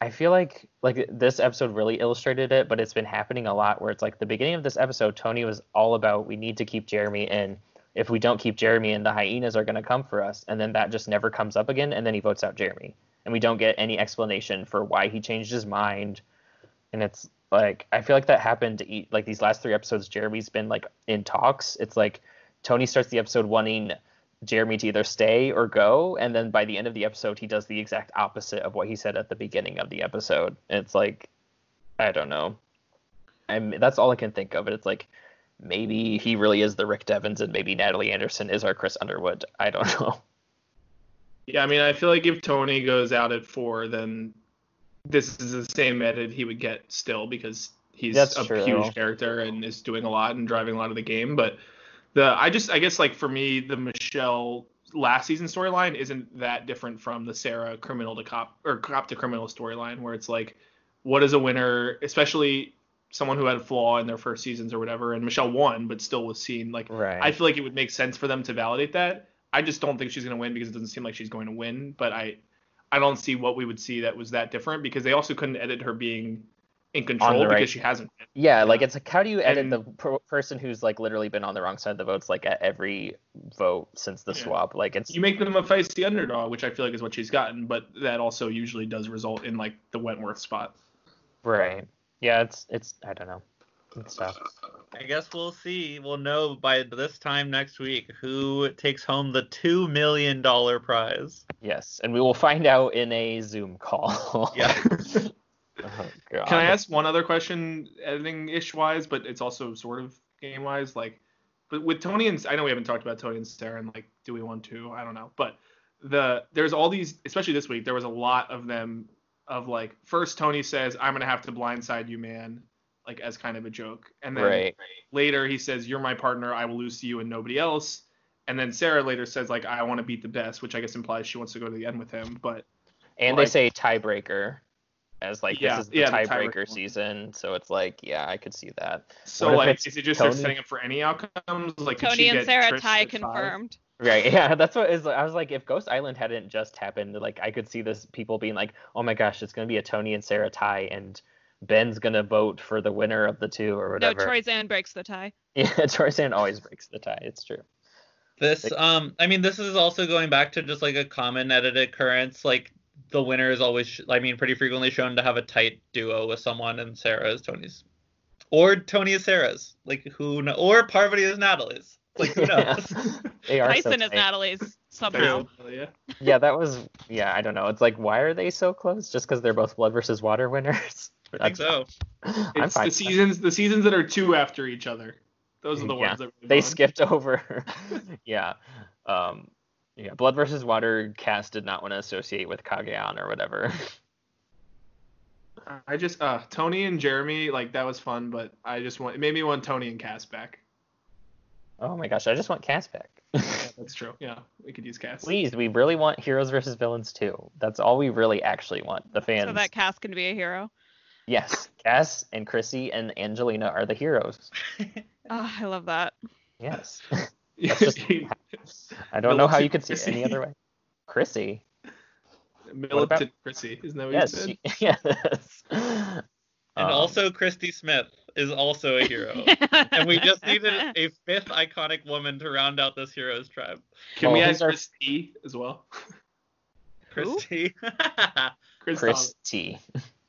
B: I feel like like this episode really illustrated it, but it's been happening a lot where it's like the beginning of this episode, Tony was all about we need to keep Jeremy in. If we don't keep Jeremy in, the hyenas are gonna come for us, and then that just never comes up again, and then he votes out Jeremy. And we don't get any explanation for why he changed his mind. And it's like I feel like that happened to eat like these last three episodes, Jeremy's been like in talks. It's like Tony starts the episode wanting Jeremy to either stay or go, and then by the end of the episode, he does the exact opposite of what he said at the beginning of the episode. And it's like, I don't know. I'm that's all I can think of. And it's like, maybe he really is the Rick Devens, and maybe Natalie Anderson is our Chris Underwood. I don't *laughs* know.
C: Yeah, I mean, I feel like if Tony goes out at four, then this is the same edit he would get still because he's
B: That's
C: a
B: true.
C: huge character and is doing a lot and driving a lot of the game. But the I just I guess like for me, the Michelle last season storyline isn't that different from the Sarah criminal to cop or cop to criminal storyline where it's like what is a winner, especially someone who had a flaw in their first seasons or whatever, and Michelle won but still was seen like
B: Right.
C: I feel like it would make sense for them to validate that. I just don't think she's going to win because it doesn't seem like she's going to win. But I, I don't see what we would see that was that different because they also couldn't edit her being in control
B: right.
C: because she hasn't. won.
B: yeah, like it's like how do you edit
C: And-
B: the per- person who's like literally been on the wrong side of the votes like at every vote since the
C: Yeah.
B: swap? Like it's
C: You make them a feisty underdog, which I feel like is what she's gotten, but that also usually does result in like the Wentworth spot.
B: right. Yeah, it's it's I don't know. It's tough.
F: I guess we'll see. We'll know by this time next week who takes home the two million dollar prize.
B: Yes, and we will find out in a Zoom call. *laughs*
F: Yeah.
B: Oh, God.
C: Can I ask one other question, editing ish wise, but it's also sort of game wise? Like, but with Tony and I know we haven't talked about Tony and Sarah, and like, do we want to? I don't know. But the there's all these, especially this week, there was a lot of them of like, first Tony says, "I'm gonna have to blindside you, man," like as kind of a joke, and then
B: Right.
C: later he says, "You're my partner. I will lose to you and nobody else." And then Sarah later says, "Like, I want to beat the best," which I guess implies she wants to go to the end with him, but.
B: And
C: like-
B: they say tiebreaker as like
C: Yeah,
B: this is the
C: yeah, the
B: tiebreaker
C: tiebreaker one.
B: season, so it's like yeah, I could see that.
C: So
B: What if
C: like,
B: it's
C: is it just
B: Tony?
C: they're setting up for any outcomes? Like, could she
D: Tony and
C: get
D: Sarah
C: Trish
D: tie
C: at five?
D: confirmed.
B: Right. *laughs* Yeah, that's what is I was like if Ghost Island hadn't just happened, like I could see this people being like, "Oh my gosh, it's going to be a Tony and Sarah tie and Ben's going to vote for the winner of the two or
D: No,
B: whatever."
D: Troy Zan breaks the tie.
B: *laughs* Yeah, Troy Sand always breaks the tie. It's true.
F: This,
B: Like-
F: um, I mean, this is also going back to just like a common edit occurrence. Like the winner is always, sh- I mean, pretty frequently shown to have a tight duo with someone, and Sarah is Tony's, or Tony is Sarah's. Like who? Kn- or Parvati is Natalie's. Like
B: *laughs*
F: who *laughs*
B: Yeah.
F: knows?
B: They are so
D: Tyson is
B: tight.
D: Natalie's somehow.
C: Yeah.
B: yeah, that was yeah. I don't know. It's like why are they so close? Just because they're both blood versus water winners? *laughs*
F: I think so. *laughs*
B: I'm
C: It's
B: fine.
C: the seasons. The seasons that are two after each other. Those are the
B: Yeah.
C: ones that really
B: They
C: bond.
B: skipped over. *laughs* yeah. Um, yeah. Blood versus water. Cass did not want to associate with Kageon or whatever. *laughs*
C: I just uh Tony and Jeremy like that was fun, but I just want it made me want Tony and
B: *laughs*
C: Cass back.
B: Oh my gosh, I just want Cass back.
C: Yeah, that's true. Yeah, we could use *laughs* Cass.
B: Please, we really want heroes versus villains too. That's all we really actually want. The fans.
D: So that Cass can be a hero.
B: Yes, Cass and Chrissy and Angelina are the heroes.
D: Oh, I love that.
B: Yes.
C: Yeah,
B: That's just- I don't know how you could see it
C: Chrissy.
B: any other way. Chrissy.
C: Militocracy, isn't that what Oh, you
B: *laughs* Yes.
C: said?
B: you- yes.
F: And
B: Um,
F: also, Christy Smith is also
B: *laughs*
F: a hero. and we
D: *laughs*
F: just needed a fifth iconic woman to round out this heroes tribe.
C: Can
B: Well,
C: we
B: these are-
C: add Chris T as well? *laughs*
F: Christy. *laughs*
C: Chris.
B: Chris T.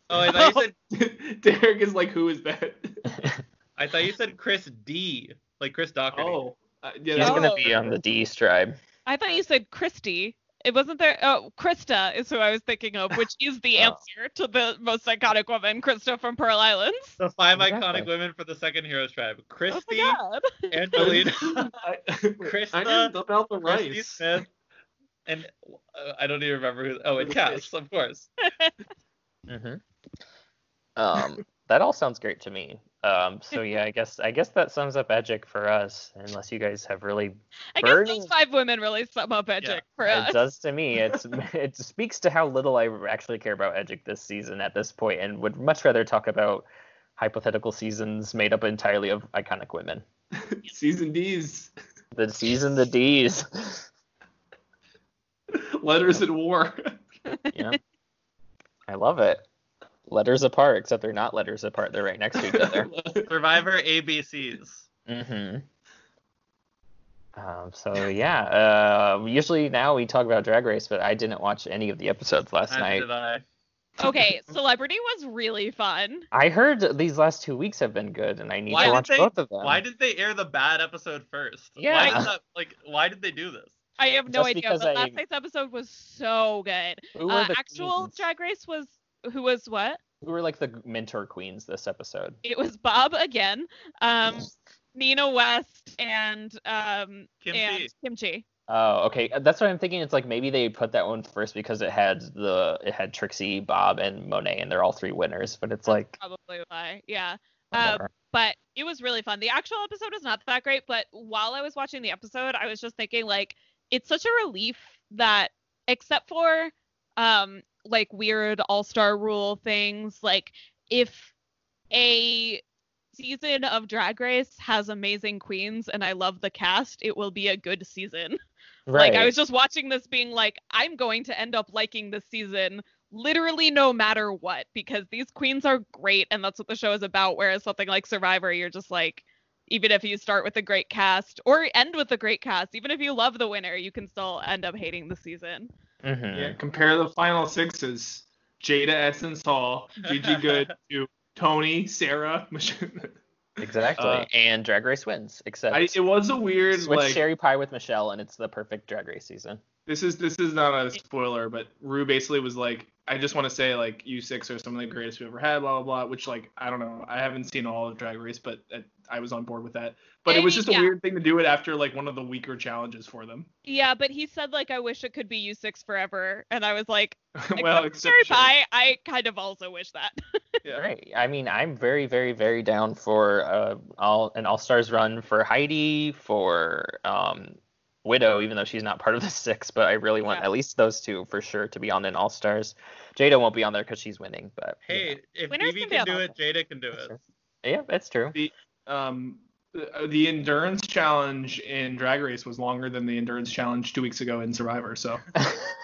F: oh,
B: *laughs*
F: I thought you said
C: Thomas. *laughs* Derek is like, who is that?
F: I thought you said Chris D, like Chris Doherty.
C: Oh, uh, yeah,
B: He's
C: that's-
B: gonna be on the D tribe.
D: I thought you said Christy. It wasn't there. Oh, Krista is who I was thinking of, which is the
B: Oh.
D: answer to the most iconic woman, Krista from Pearl Islands.
F: The five
B: Exactly.
F: iconic women for the second heroes tribe:
D: Oh
F: Christy,
D: my god.
F: Angelina,
C: *laughs* I,
F: Krista,
C: I just dump out the
F: *laughs* Christy
C: rice.
F: Smith, and uh, I don't even remember who. Oh, and Cass, of course.
B: hmm Um, that all sounds great to me. Um, so yeah, I guess I guess that sums up Edgic for us, unless you guys have really.
D: I guess
B: Burning-
D: those five women really sum up Edgic
F: Yeah,
D: for
B: It
D: us.
B: does to me. It's it speaks to how little I actually care about Edgic this season at this point, and would much rather talk about hypothetical seasons made up entirely of iconic women.
C: *laughs* Season D's.
B: The season, the D's. *laughs*
C: Letters at War.
B: yeah, I love it. Letters apart, except they're not letters apart. They're right next to each
C: *laughs*
B: other.
F: *laughs* Survivor ABCs.
B: hmm Um, so yeah, uh, usually now we talk about Drag Race, but I didn't watch any of the episodes last
F: Neither
B: night.
F: did I.
D: okay, Celebrity was really fun.
B: I heard these last two weeks have been good, and I need
F: Why
B: to
F: did
B: watch
F: they-
B: both of them.
F: Why did they air the bad episode first? Why
B: Yeah.
F: is that, like, why did they do this?
D: I have no
B: Just
D: idea,
B: because
D: but
B: I-
D: last night's episode was so good.
B: who
D: Uh,
B: were the
D: actual
B: queens?
D: Drag Race was who was what?
B: Who were like the mentor queens this episode?
D: It was Bob again, um, Nina West, and um,
F: Kim
D: and
F: T.
D: Kimchi.
B: Oh, okay. That's what I'm thinking. It's like maybe they put that one first because it had the it had Trixie, Bob, and Monet, and they're all three winners. But it's like
D: Probably why, yeah. Uh,
B: whatever.
D: but it was really fun. The actual episode is not that great, but while I was watching the episode, I was just thinking like it's such a relief that except for um like weird all-star rule things, like if a season of Drag Race has amazing queens and I love the cast, it will be a good season.
B: right.
D: Like I was just watching this being like I'm going to end up liking this season literally no matter what because these queens are great and that's what the show is about whereas something like Survivor you're just like even if you start with a great cast or end with a great cast even if you love the winner you can still end up hating the season.
B: Mhm.
C: yeah, compare the final sixes. Jada Essence Hall, Gigi Good to Tony, Sarah, *laughs* Michelle.
B: Exactly.
C: Uh,
B: and Drag Race wins, except
C: I, it was a weird
B: Switch
C: like
B: Sherry Pie with Michelle, and it's the perfect Drag Race season.
C: this is this is not a spoiler, but Rue basically was like, I just want to say like you six are some of the greatest we've ever had, blah blah blah. Which like I don't know, I haven't seen all of Drag Race, but uh, I was on board with that. But it was just a
D: Yeah.
C: weird thing to do it after like one of the weaker challenges for them.
D: Yeah, but he said like I wish it could be U6 forever and I was like
C: *laughs* well,
D: except for
C: except
D: Cherry
C: Sherry.
D: Pie I kind of also wish that.
C: Yeah.
B: Right. I mean, I'm very, very, very down for uh, all an All Stars run for Heidi, for um, Widow, even though she's not part of the *laughs* six, but I really want
D: Yeah.
B: at least those two for sure to be on an All Stars. Jada won't be on there because she's winning, but you
F: Hey, if
D: Winners
F: Vivi
D: can be
F: can do
D: on
F: it, Jada can do
B: know,
F: it.
B: yeah, that's true.
C: um the- the endurance challenge in drag race was longer than the endurance challenge two weeks ago in survivor so
B: *laughs*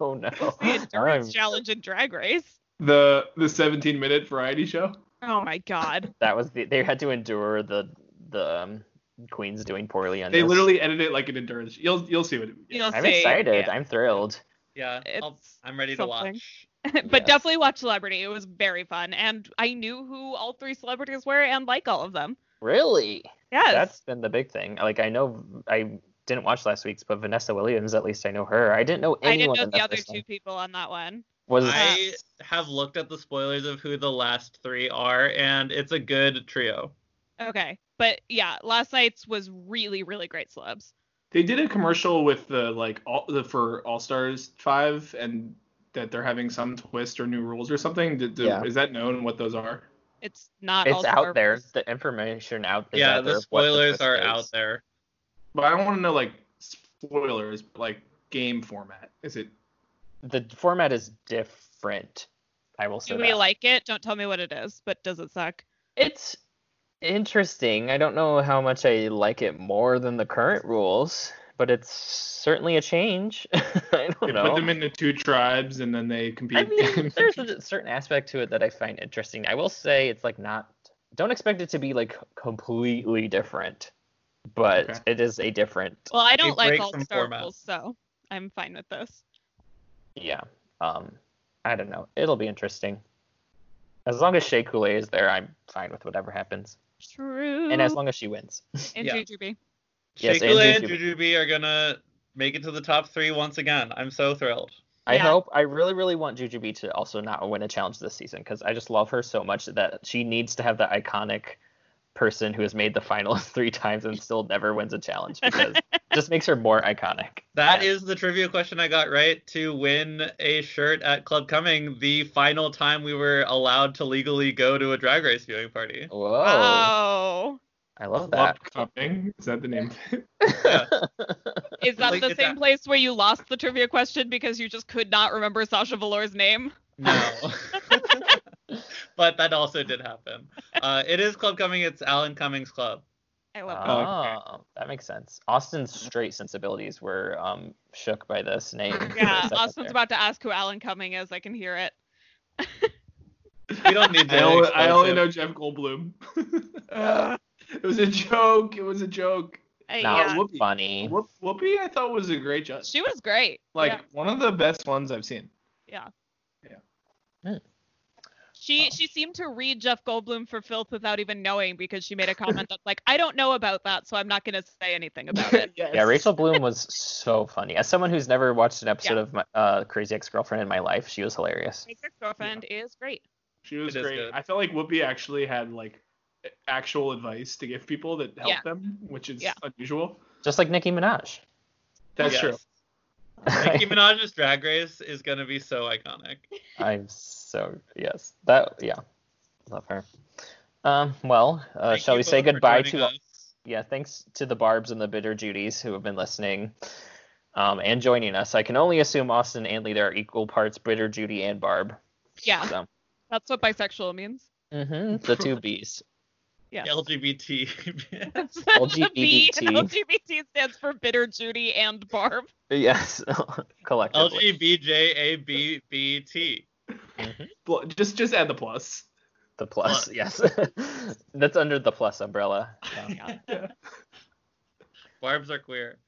B: oh no.
D: The
B: *laughs*
D: endurance
B: I'm-
D: challenge in Drag Race.
C: the the 17 minute variety show
D: Oh my god.
B: *laughs* that was the, they had to endure the the um, queens doing poorly on
C: they
B: this.
C: literally edited it like an endurance you'll you'll see what it
D: You'll
B: I'm
D: see.
B: excited.
D: Yeah.
B: I'm thrilled.
F: Yeah, I'll,
D: It's
F: I'm ready to
D: something.
F: watch.
D: *laughs* but
B: Yes.
D: definitely watch Celebrity. It was very fun, and I knew who all three celebrities were and like all of them.
B: Really?
D: Yes.
B: That's been the big thing. Like I know I didn't watch last week's, but Vanessa Williams, at least I know her. I didn't know
D: I didn't
B: anyone.
D: know
B: in
D: the
B: that
D: other
B: first
D: two
B: one.
D: people on that one.
B: Was
F: I have looked at the spoilers of who the last three are, and it's a good trio.
D: Okay. But yeah, last night's was really, really great celebs.
C: they did a commercial with the like all the for all stars five and that they're having some twist or new rules or something Did- did-
B: Yeah.
C: is that known what those are
D: It's not
B: it's
D: all
B: out there.
D: stars.
B: The information out. Is
F: yeah,
B: out there
F: the
B: of what
F: spoilers
B: twist
F: are
B: is.
F: out there.
C: but i don't want to know like spoilers but, like game format is it
B: The format is different. I will say
D: Do we
B: that.
D: like it? Don't tell me what it is, but does it suck?
B: it's interesting. I don't know how much I like it more than the current rules but it's certainly a change. *laughs* I
C: They
B: don't know.
C: put them into two tribes and then they compete.
B: I mean,
C: *laughs*
B: there's a certain aspect to it that I find interesting. I will say it's like not. Don't expect it to be like completely different, but
C: Okay.
B: it is a different.
D: Well, I don't like
F: break
D: all
F: some
D: Star
F: format.
D: Rules, so I'm fine with this.
B: Yeah. Um. I don't know. It'll be interesting. As long as Shea Coulee is there, I'm fine with whatever happens,
D: True.
B: and as long as she wins.
D: and
F: Yeah.
D: Jujubee.
B: Yes,
F: Shakula and
B: and
F: Jujubee are gonna make it to the top three once again. I'm so thrilled.
B: I
D: Yeah.
B: hope. I really, really want Jujubee to also not win a challenge this season because I just love her so much that she needs to have the iconic person who has made the finals *laughs* three times and still never wins a challenge
D: *laughs*
B: because it just makes her more iconic.
F: That is the trivia question I got right to win a shirt at Club Coming, the final time we were allowed to legally go to a drag race viewing party.
B: Whoa!
D: Oh.
B: I love that.
C: Upcoming is that the name? *laughs*
B: *laughs*
D: Is that
F: Like,
D: the
F: it's
D: same
F: a-
D: place where you lost the trivia question because you just could not remember Sasha Velour's name?
F: No.
B: *laughs*
F: *laughs* but that also did happen. Uh, it is Club Coming, it's Alan Cummings Club.
D: I love that.
B: Oh, that makes sense. Austin's straight sensibilities were um, shook by this name. *laughs* for a
D: Yeah,
B: second
D: Austin's
B: there.
D: about to ask who Alan Cumming is. I can hear it.
F: We
B: *laughs*
F: don't need to.
C: I, only, I only
F: explosive-
C: know Jeff Goldblum. *laughs* it was a joke. It was a joke.
D: Uh,
B: not
D: yeah.
C: Whoopi.
B: funny.
C: Whoop, Whoopi, I thought was a great judge.
D: She was great.
C: like
D: yeah.
C: one of the best ones I've seen.
D: She she seemed to read Jeff Goldblum for filth without even knowing because she made a comment that's like, I don't know about that, so I'm not gonna say anything about it.
C: Yes.
B: Yeah, Rachel Bloom was so funny. As someone who's never watched an episode
D: *laughs* Yeah.
B: of my, uh, Crazy Ex-Girlfriend in my life, she was hilarious.
D: My girlfriend is great.
C: She was
F: It is
C: great.
F: good.
C: I felt like Whoopi actually had like actual advice to give people that helped
D: Yeah.
C: them, which is
D: Yeah.
C: unusual.
B: Just like Nicki Minaj.
C: That's
F: Yes.
C: true.
B: *laughs*
F: Nicki Minaj's Drag Race is going to be so iconic.
B: I'm so yes. That yeah, love her. Um, well, uh,
F: Thank
B: shall
F: you
B: we say
F: both for
B: goodbye
F: joining
B: to
F: us.
B: yeah? Thanks to the Barb's and the Bitter Judies who have been listening, um, and joining us. I can only assume Austin and Lee are equal parts Bitter Judy and Barb.
D: Yeah,
B: So,
D: that's what bisexual means.
F: *laughs*
B: hmm the two B's.
D: Yes.
F: LGBT.
D: *laughs* The B in
B: LGBT.
D: LGBT stands for bitter Judy and Barb.
B: Yes, *laughs* collectively.
F: LGBJABBT.
C: Bl- Just just add the *laughs* plus.
B: Mm-hmm. The plus, yes. *laughs* That's under the plus umbrella.
C: *laughs*
B: Yeah,
F: Barbs are queer.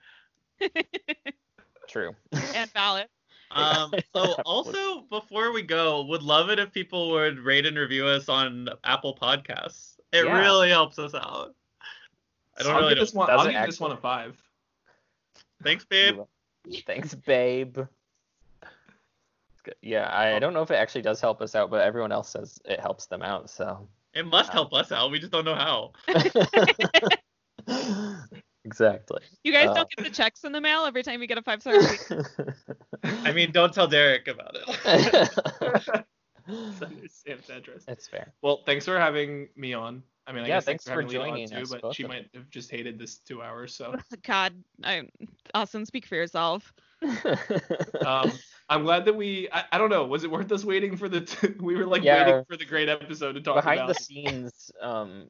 B: true.
D: and valid.
F: Um,
B: *laughs*
F: so also before we go, would love it if people would rate and review us on Apple Podcasts. It
B: Yeah.
F: really helps us out. I don't
C: I'll
F: really
C: give
F: know.
C: this one.
B: Does
C: I'll
B: it
C: give this one a five. *laughs*
B: *laughs*
F: Thanks, babe.
B: Thanks, babe. Good. Yeah,
F: Oh.
B: I don't know if it actually does help us out, but everyone else says it helps them out,
F: *laughs*
B: so.
F: It must help us out. We just don't know how.
B: exactly.
D: You guys
B: Oh.
D: don't get the checks in the mail every time you get a five star review.
F: I mean, *laughs* don't tell Derek about it.
C: It's under Sam's address.
B: *laughs* It's fair. *laughs*
C: Well, thanks for having me on. I mean, I
B: Yeah,
C: guess
B: thanks for
C: having Leela
B: joining
C: on
B: us,
C: too, but
B: both
C: she
B: of
C: might have just hated this two
B: *laughs*
C: hours. So
D: God, I, Austin, speak for yourself.
C: um, I'm glad that we. I, I don't know. Was it worth us waiting for the? T- *laughs* we were like
B: Yeah.
C: waiting for the great episode to talk
B: Behind
C: about.
B: the scenes, um,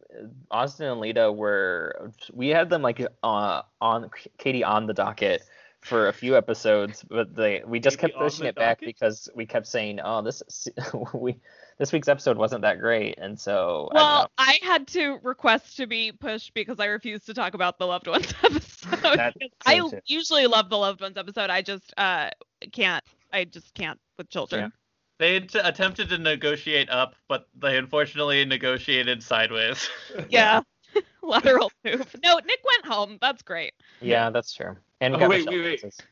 B: Austin and Lita were we had them like uh, on Katie on the docket for a few episodes, but they we just
C: Katie
B: kept
C: on the
B: pushing it back
C: docket?
B: because we kept saying, "Oh, this se- *laughs* we this week's episode wasn't that great," and so
D: Well, I had to request to be pushed because I refused to talk about the loved ones *laughs* episode.
B: I don't know. That
D: Because I
B: seems to-
D: usually love the loved ones episode. I just uh can't. I just can't with children.
F: they t- attempted to negotiate up, but they unfortunately negotiated sideways.
D: *laughs* Yeah. Lateral move. No, Nick went home. That's *laughs* great.
B: yeah, that's true. And we
C: Oh,
B: got
C: wait,
B: Michelle
C: wait, wait.
B: Francis.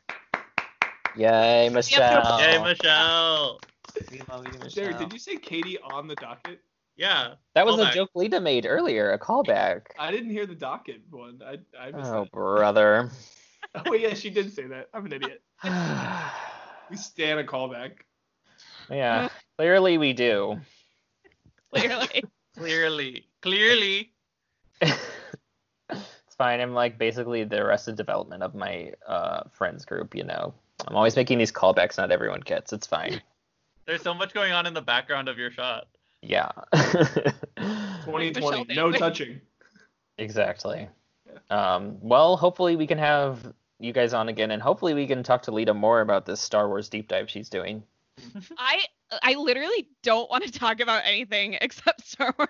B: Yay, Michelle!
F: Yay, Michelle.
B: We love you, Michelle.
C: Derek, did you say Katie on the docket?
F: Yeah.
B: That was
F: Callback.
B: a joke Lita made earlier, a callback.
C: I didn't hear the docket one. I I missed
B: Oh,
C: *sighs*
D: *sighs*
B: brother. *sighs*
C: that. *laughs* Oh yeah, she did say that. I'm an idiot. We stand
B: *laughs*
C: a callback.
B: Yeah, clearly we do.
D: Clearly.
F: Clearly. Clearly.
B: it's fine. I'm like basically the rest of development of my uh, friends group. You know, I'm always making these callbacks. Not everyone gets. It's fine.
F: There's so much going on in the background of your shot.
B: Yeah. *laughs*
C: 2020,
D: Michelle
C: no
D: Bailey.
C: touching.
B: exactly. Um, well, hopefully we can have you guys on again, and hopefully we can talk to Lita more about this Star Wars deep dive she's doing.
D: I I literally don't want to talk about anything *laughs* except Star Wars.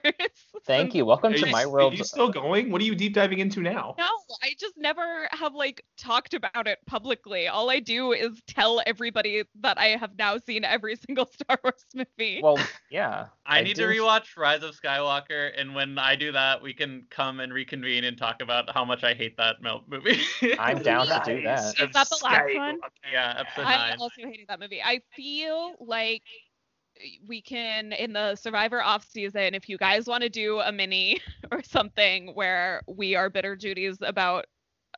B: Thank you. Welcome
C: Are
B: to
C: you-
B: my
C: Are
B: world.
C: you still going? What are you deep diving into now?
D: No, I just never have like talked about it publicly. All I do is tell everybody that I have now seen every *laughs* single Star Wars movie.
B: Well, yeah.
F: I, need
B: do-
F: to rewatch Rise of Skywalker, and when I do that, we can come and reconvene and talk about how much I hate that melt movie. *laughs*
B: I'm down to do that.
D: Is that the last one?
F: yeah, episode
D: I
F: nine.
D: also hated that movie. I feel like we can in the Survivor off season, if you guys want to do a mini *laughs* or something where we are bitter Judies about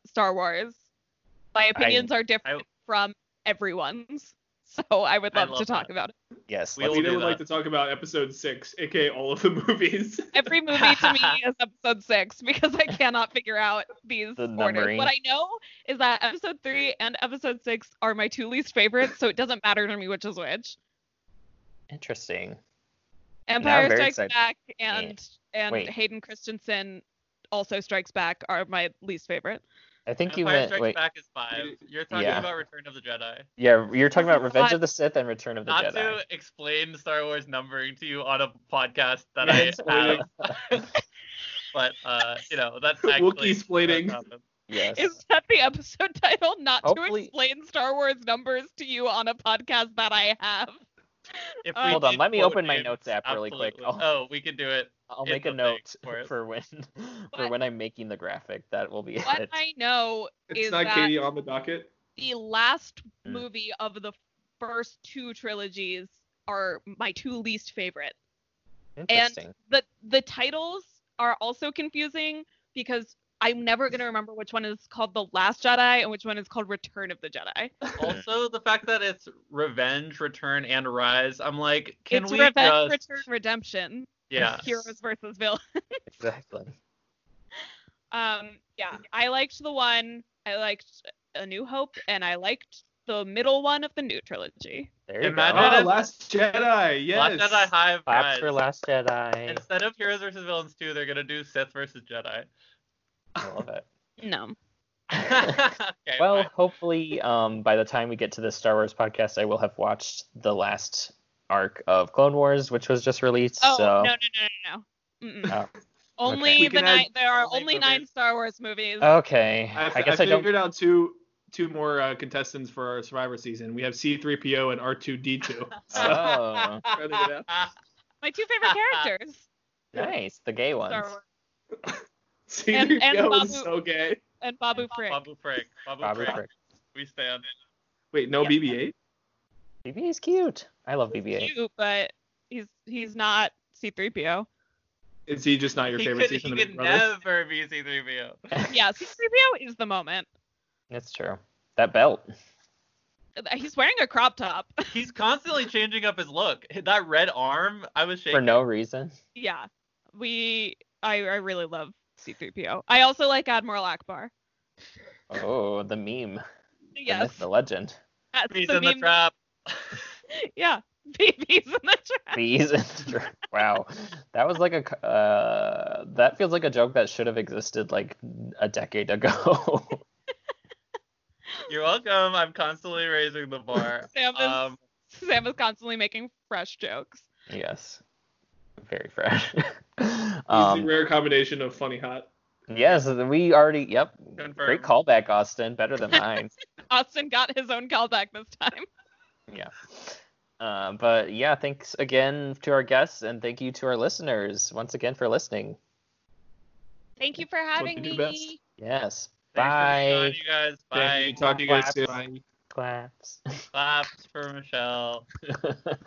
D: Star Wars, my opinions are different
F: I-
D: from everyone's. *laughs* So I would
F: I
D: love, to
F: love
D: talk
F: that.
D: about it.
B: Yes.
F: We
B: let's-
F: will
C: Lita
F: do
C: would like
F: that.
C: to talk about episode six, aka all of the *laughs* movies.
D: Every movie to me
B: *laughs*
D: is episode six because I cannot figure out these
B: The
D: orders.
B: numbering.
D: What I know is that episode three and episode six are my two least favorites, so it doesn't matter to me which is which.
B: Interesting.
D: Empire
B: I'm very
D: Strikes
B: excited.
D: Back and and
B: Wait.
D: Hayden Christensen also Strikes Back are my least favorite.
B: I think you
F: Empire
B: meant
F: Strikes
B: wait.
F: Back is five. You're talking
B: Yeah.
F: about Return of the Jedi.
B: Yeah, you're talking about Revenge
D: Not-
B: of the Sith and Return of the
F: Not
B: Jedi.
F: to explain Star Wars numbering to you on a podcast that
C: Yeah, it's
F: I have, *laughs* but uh, you know that's actually
C: Wookiee splitting.
F: that's happened.
B: Yes.
D: Is that the episode *laughs* title? Not
B: Hopefully-
D: to explain Star Wars numbers to you on a podcast that I have.
F: If
D: Uh,
B: Hold on,
F: did
B: let me
F: quote
B: open my
F: names,
B: notes app really quick.
F: absolutely.
B: I'll-
F: Oh, we can do it.
B: I'll
F: in
B: make
F: the
B: a
F: thing
B: note
F: for it.
B: for when *laughs* for
D: But-
B: when I'm making the graphic. That will be
D: What
B: it.
D: I know
C: It's
D: is
C: not
D: that
C: Katie on the docket.
D: the last
B: Mm.
D: movie of the first two trilogies are my two least favorite.
B: Interesting.
D: the the titles are also confusing because I'm never gonna remember which one is called The Last Jedi and which one is called Return of the Jedi.
F: Also, the fact that it's Revenge, Return, and Rise. I'm like, *laughs* can
D: it's
F: we
D: Revenge,
F: just
D: Return, Redemption.
F: yeah?
D: Heroes versus villains.
B: Exactly.
D: Um, yeah, I liked the one. I liked A New Hope, and I liked the middle one of the new trilogy.
B: There you
F: Imagine
B: go.
C: Ah,
F: if-
C: Last Jedi. Yes.
F: Last Jedi High
B: Oh, Claps
F: Rise.
B: for Last Jedi.
F: Instead of Heroes versus Villains 2, they're gonna do Sith versus
C: *laughs*
F: Jedi.
B: *laughs*
F: *laughs*
B: I love it.
D: No.
F: okay,
B: Well,
F: fine.
B: hopefully, um, by the time we get to the Star Wars podcast, I will have watched the last arc of Clone Wars, which was just released.
D: Oh
B: so
D: no no no no. no. Mm-mm.
B: Oh,
D: *laughs* Only
B: okay. Oh.
C: We
D: the
C: can
D: nine. There are
F: only
D: only nine
F: movies.
D: Star Wars movies.
B: okay,
C: I,
B: I,
C: f-
B: guess I,
C: I
B: don't.
C: figured out two two more uh, contestants for our Survivor season. We have C3PO and
F: *laughs*
C: R2D2.
B: *laughs*
C: So,
B: Oh,
C: Trying to get
D: My two favorite characters.
B: nice, the gay ones.
D: Star Wars
C: C3PO
D: And- and Babu-
C: is so gay.
D: and Babu Frick.
F: Babu Frick. Babu,
B: Bobby
F: Frick.
B: Frick.
F: We stand.
C: Wait, no
D: Yeah.
C: BB-8.
B: BB is cute. I love BB-8.
D: Cute, but he's he's not
B: *laughs*
D: C-3PO.
C: Is he just not your
F: he
C: favorite
F: could, he
C: season of
F: could
C: Big Brother?
F: never be C3PO.
D: Yeah, C-3PO is the moment.
B: That's true. That belt.
D: He's wearing a crop top. *laughs*
F: He's constantly changing up his look. That red arm, I was shaking.
B: for no reason.
D: yeah, we I I really love C-3PO. I also like Admiral Akbar.
B: Oh, the meme. The,
D: Yes,
B: myth, the
F: *laughs*
B: legend.
D: that's
F: He's
D: the
F: in the
D: meme-
F: trap.
D: Yeah, *laughs* babies in the trap.
B: Bees and dra- *laughs* wow, that was like a c- uh, that feels like a joke that should have existed like a decade ago. *laughs*
F: You're welcome. I'm constantly raising
D: *laughs*
F: the bar.
D: Sam is
F: Um,
D: Sam is constantly making fresh jokes.
B: yes, very fresh. *laughs*
C: He's the
B: um,
C: rare combination of funny hot.
B: yes, we already. Yep,
F: Confirmed.
B: great callback, Austin. Better than
F: *laughs*
B: mine.
D: Austin got his own callback this time.
B: yeah. Uh, but yeah, thanks again to our guests and thank you to our listeners once again for listening.
D: Thank you for
C: having
D: having
C: we do
D: me.
C: best. me.
B: Yes.
F: Thanks for being on,
B: Bye.
F: you guys.
C: Thank
F: Bye.
C: you. Talk to you guys
B: Claps.
C: soon.
B: Claps.
F: Claps for Michelle.